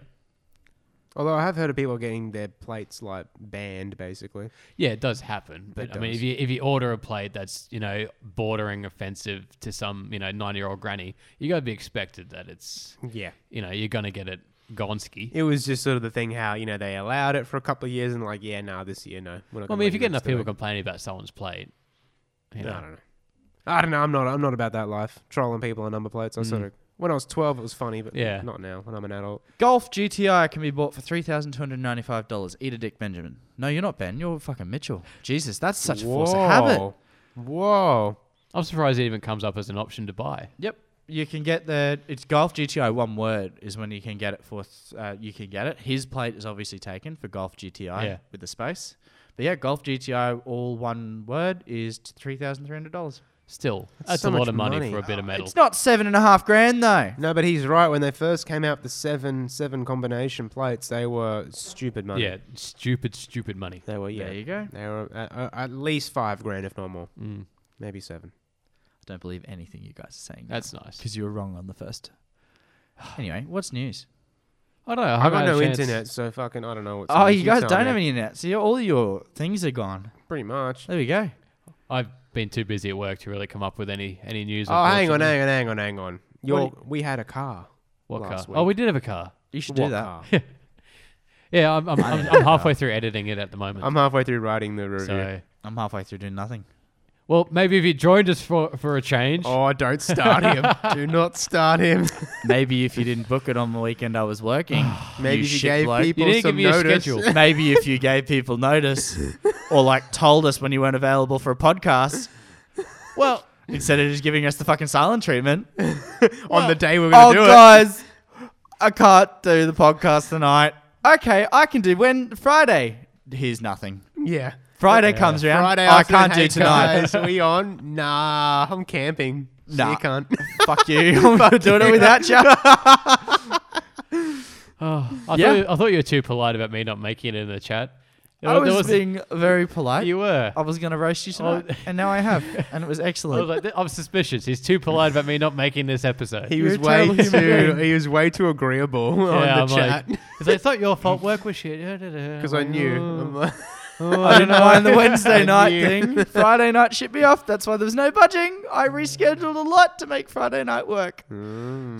Speaker 3: Although I have heard of people getting their plates like banned, basically.
Speaker 1: yeah, it does happen. But
Speaker 3: It
Speaker 1: I mean,
Speaker 3: does.
Speaker 1: if you if you order a plate that's you know bordering offensive to some you know nine year old granny, you got to be expected that it's
Speaker 3: Yeah.
Speaker 1: you know you're gonna get it Gonski.
Speaker 3: It was just sort of the thing how you know they allowed it for a couple of years and like yeah, nah, this year no. We're not
Speaker 1: Well, I
Speaker 3: gonna
Speaker 1: mean,
Speaker 3: let
Speaker 1: if you get enough
Speaker 3: do
Speaker 1: people
Speaker 3: it.
Speaker 1: complaining about someone's plate, you know,
Speaker 3: I don't know. I don't know. I'm not. I'm not about that life. Trolling people on number plates. I sort of. When I was 12, it was funny, but
Speaker 1: Mm. Yeah.
Speaker 3: not now. When I'm an adult.
Speaker 4: Golf GTI can be bought for three thousand two hundred ninety-five dollars. Eat a dick, Benjamin. No, you're not Ben. You're fucking Mitchell. Jesus, that's such a force of habit.
Speaker 3: Whoa.
Speaker 1: I'm surprised it even comes up as an option to buy.
Speaker 4: Yep. You can get the it's golf GTI. One word is when you can get it for. th- Uh, you can get it. His plate is obviously taken for golf GTI
Speaker 1: Yeah.
Speaker 4: with the space. But yeah, golf GTI all one word is three thousand three hundred dollars.
Speaker 1: Still, that's,
Speaker 3: so
Speaker 1: a lot
Speaker 3: much
Speaker 1: of money,
Speaker 3: money.
Speaker 1: for a bit of metal.
Speaker 4: It's not seven and a half grand though.
Speaker 3: No, but he's right. When they first came out, the seven seven combination plates, they were stupid money.
Speaker 1: yeah, stupid, stupid money.
Speaker 3: They were. Yeah.
Speaker 4: There you go.
Speaker 3: They were at, uh, at- at least five grand, if not more.
Speaker 1: Mm,
Speaker 3: Maybe seven.
Speaker 4: I don't believe anything you guys are saying
Speaker 1: That's nice.
Speaker 4: because you were wrong on the first. Anyway, what's news?
Speaker 1: I don't know. I
Speaker 3: I
Speaker 1: haven't
Speaker 3: got
Speaker 1: had a
Speaker 3: no
Speaker 1: chance-
Speaker 3: internet, so fucking I don't know what's.
Speaker 4: Oh,
Speaker 3: on.
Speaker 4: you guys
Speaker 3: tell
Speaker 4: don't
Speaker 3: me.
Speaker 4: have any internet, so all your things are gone.
Speaker 3: Pretty much.
Speaker 4: There we go.
Speaker 1: I've been too busy at work to really come up with any any news.
Speaker 3: Oh, hang on,
Speaker 1: unfortunately.
Speaker 3: hang on, hang on, hang on. Your, we had a car.
Speaker 1: What car?
Speaker 3: last
Speaker 1: Oh,
Speaker 3: week.
Speaker 1: we did have a car.
Speaker 4: You should
Speaker 3: What
Speaker 4: do that.
Speaker 3: car?
Speaker 1: Yeah, I'm I'm, I'm, I'm halfway through editing it at the moment.
Speaker 3: I'm halfway through writing the review.
Speaker 1: so,
Speaker 4: I'm halfway through doing nothing.
Speaker 1: well, maybe if you joined us for for a change.
Speaker 3: Oh, don't start him. Do not start him.
Speaker 4: Maybe if you didn't book it on the weekend I was working.
Speaker 3: Maybe if you gave
Speaker 4: shitbloke.
Speaker 3: people
Speaker 1: You didn't give
Speaker 3: some
Speaker 1: me a
Speaker 3: notice.
Speaker 1: schedule.
Speaker 4: Maybe if you gave people notice or like told us when you weren't available for a podcast
Speaker 1: Well,
Speaker 4: instead of just giving us the fucking silent treatment.
Speaker 3: on the day we were going
Speaker 4: Oh,
Speaker 3: to do
Speaker 4: guys, I can't do the podcast tonight. Okay, I can do when? Friday. Here's nothing.
Speaker 3: it. Yeah.
Speaker 4: Friday comes around.
Speaker 3: Friday
Speaker 4: I
Speaker 3: afternoon,
Speaker 4: can't do
Speaker 3: "Hey,
Speaker 4: tonight.
Speaker 3: Guys, we on? Nah, I'm camping. See
Speaker 4: Nah.
Speaker 3: you can't.
Speaker 4: Fuck you. I'm not doing it without you.
Speaker 1: I,
Speaker 4: Yeah.
Speaker 1: thought you, I thought you were too polite about me not making it in the chat.
Speaker 4: I
Speaker 1: There
Speaker 4: was,
Speaker 1: was-
Speaker 4: being very polite.
Speaker 1: you were.
Speaker 3: Oh,
Speaker 4: I was going to roast you tonight, and now I have, and it was
Speaker 1: Oh. I was
Speaker 4: excellent.
Speaker 1: like, I'm suspicious. He's too polite about me not making this episode.
Speaker 3: He
Speaker 4: You're
Speaker 3: was
Speaker 4: a
Speaker 3: way
Speaker 4: terrible human
Speaker 3: too.
Speaker 4: being.
Speaker 3: He was way too agreeable on the chat
Speaker 1: it's, like, it's not your fault. Work was shit. Because
Speaker 3: because I knew.
Speaker 1: Oh,
Speaker 3: I'm like-
Speaker 4: I don't know why the Wednesday
Speaker 3: I
Speaker 4: night
Speaker 3: knew.
Speaker 4: thing, Friday night shit me off. That's why there was no budging.
Speaker 1: Mm.
Speaker 4: I rescheduled a lot to make Friday night work. So there.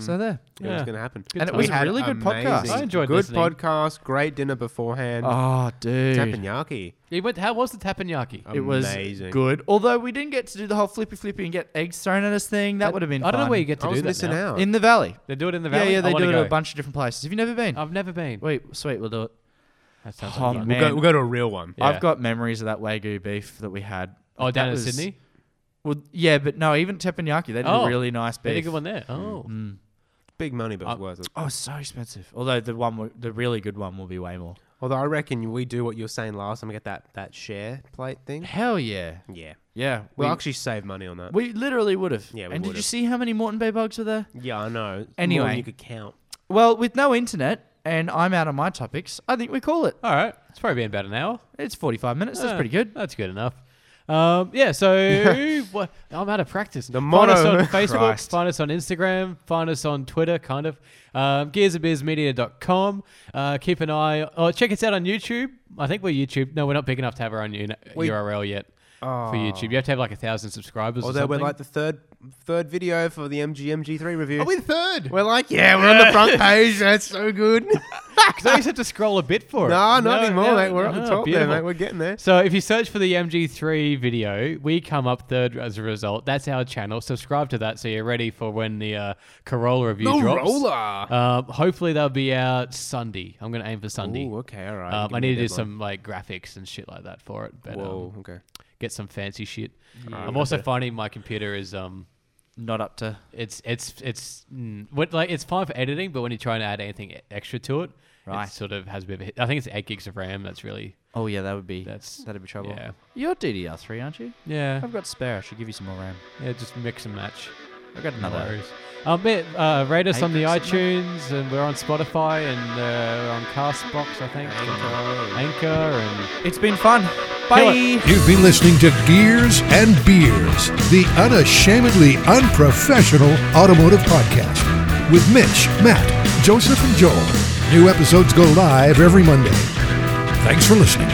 Speaker 3: It was
Speaker 1: Yeah.
Speaker 3: going to happen.
Speaker 1: Good
Speaker 4: And it
Speaker 1: time.
Speaker 4: was
Speaker 1: We
Speaker 4: a really good podcast.
Speaker 1: I enjoyed
Speaker 3: Good
Speaker 1: listening.
Speaker 3: podcast. Great dinner beforehand.
Speaker 4: Oh, dude.
Speaker 3: Teppanyaki.
Speaker 1: He went, how was the teppanyaki?
Speaker 4: It was
Speaker 3: Amazing.
Speaker 4: good. Although we didn't get to do the whole flippy flippy and get eggs thrown at us thing. That would have been
Speaker 1: I don't know
Speaker 4: fun.
Speaker 1: where you get to do
Speaker 3: I was
Speaker 1: that
Speaker 3: missing
Speaker 1: now.
Speaker 3: out.
Speaker 4: In the valley.
Speaker 1: They do it in the valley.
Speaker 4: Yeah, yeah,
Speaker 1: I
Speaker 4: they
Speaker 1: wanna
Speaker 4: do it at a
Speaker 1: go.
Speaker 4: bunch of different places. Have you never been?
Speaker 1: I've never been.
Speaker 4: Wait, sweet, we'll do it.
Speaker 1: That sounds
Speaker 4: Oh,
Speaker 1: like fun.
Speaker 4: man.
Speaker 3: We'll go, we'll go to a real one.
Speaker 1: Yeah.
Speaker 4: I've got memories of that Wagyu beef that we had.
Speaker 1: Oh, down
Speaker 4: That
Speaker 1: in
Speaker 4: was-
Speaker 1: Sydney.
Speaker 4: Well, yeah, but no, even teppanyaki, they did
Speaker 1: Oh,
Speaker 4: a really nice Mm. beef.
Speaker 1: They did a good one there. Oh,
Speaker 3: Big money, but
Speaker 1: Uh,
Speaker 3: it's worth it.
Speaker 4: Oh, it's so expensive. Although the one, wi- the really good one, will be way more.
Speaker 3: Although I reckon we do what you were saying last time. We get that that share plate thing.
Speaker 4: Hell yeah,
Speaker 3: Yeah.
Speaker 4: yeah.
Speaker 3: We'll
Speaker 4: we,
Speaker 3: actually save money on that.
Speaker 4: we literally would have.
Speaker 3: Yeah, we
Speaker 4: and did you
Speaker 3: would've.
Speaker 4: see how many Moreton Bay bugs were there?
Speaker 3: Yeah, I know. More than
Speaker 4: Anyway.
Speaker 3: you could count.
Speaker 4: Well, with no internet, and I'm out of my topics. I think we call it.
Speaker 1: all right. Oh. It's probably been about an hour.
Speaker 4: It's 45 minutes. That's
Speaker 1: Uh,
Speaker 4: pretty good.
Speaker 1: That's good enough. Um, yeah, so what, I'm out of practice.
Speaker 3: The
Speaker 1: find us
Speaker 3: motto.
Speaker 1: on Facebook,
Speaker 3: Christ.
Speaker 1: find us on Instagram, find us on Twitter, kind of. Um, gearsandbeersmedia.com. Uh, keep an eye, or check us out on YouTube. I think we're YouTube. No, we're not big enough to have our own uni- URL yet
Speaker 4: Oh.
Speaker 1: for YouTube. You have to have like a thousand subscribers. or
Speaker 3: Although we're
Speaker 1: something.
Speaker 3: like the third third video for the MGMG3 review.
Speaker 1: Are we third?
Speaker 3: are like, yeah, we're on the front page. That's so good.
Speaker 1: Because I used to have to scroll a bit for it.
Speaker 3: no, not anymore,
Speaker 1: no,
Speaker 3: mate. We're up the
Speaker 1: no,
Speaker 3: top
Speaker 1: beautiful.
Speaker 3: there, mate. We're getting there.
Speaker 1: So if you search for the MG3 video, we come up third as a result. That's our channel. Subscribe to that so you're ready for when the uh, Corolla review drops.
Speaker 3: ah.
Speaker 1: Um, hopefully that'll be out Sunday. I'm gonna aim for Sunday.
Speaker 3: Ooh, okay, all right.
Speaker 1: Um,
Speaker 3: Give
Speaker 1: I
Speaker 3: me
Speaker 1: need
Speaker 3: a
Speaker 1: to do
Speaker 3: deadline.
Speaker 1: some like graphics and shit like that for it. But
Speaker 3: Whoa,
Speaker 1: um,
Speaker 3: okay.
Speaker 1: get some fancy shit. I'm also finding my computer is um,
Speaker 4: Not up to.
Speaker 1: it's it's it's mm, what like it's fine for editing, but when you try and add anything e- extra to it,
Speaker 4: Right.
Speaker 1: it sort of has a bit of a hit. I think it's eight gigs of RAM. That's really
Speaker 4: Oh yeah, that would be.
Speaker 1: That's-
Speaker 4: that'd be trouble.
Speaker 1: yeah.
Speaker 4: You're DDR3, aren't you?
Speaker 1: yeah.
Speaker 4: I've got spare. I should give you some more RAM.
Speaker 1: Yeah, just mix and match.
Speaker 4: I got
Speaker 1: No
Speaker 4: another.
Speaker 1: worries. Um, yeah, uh, rate us on the
Speaker 4: Matrix
Speaker 1: iTunes, and we're on Spotify, and uh, we're on Castbox, I think. Anchor. Anchor, and
Speaker 4: It's been fun.
Speaker 1: Kill
Speaker 4: Bye.
Speaker 1: it.
Speaker 2: You've been listening to Gears and Beers, the unashamedly unprofessional automotive podcast with Mitch, Matt, Joseph, and Joel. New episodes go live every Monday. Thanks for listening.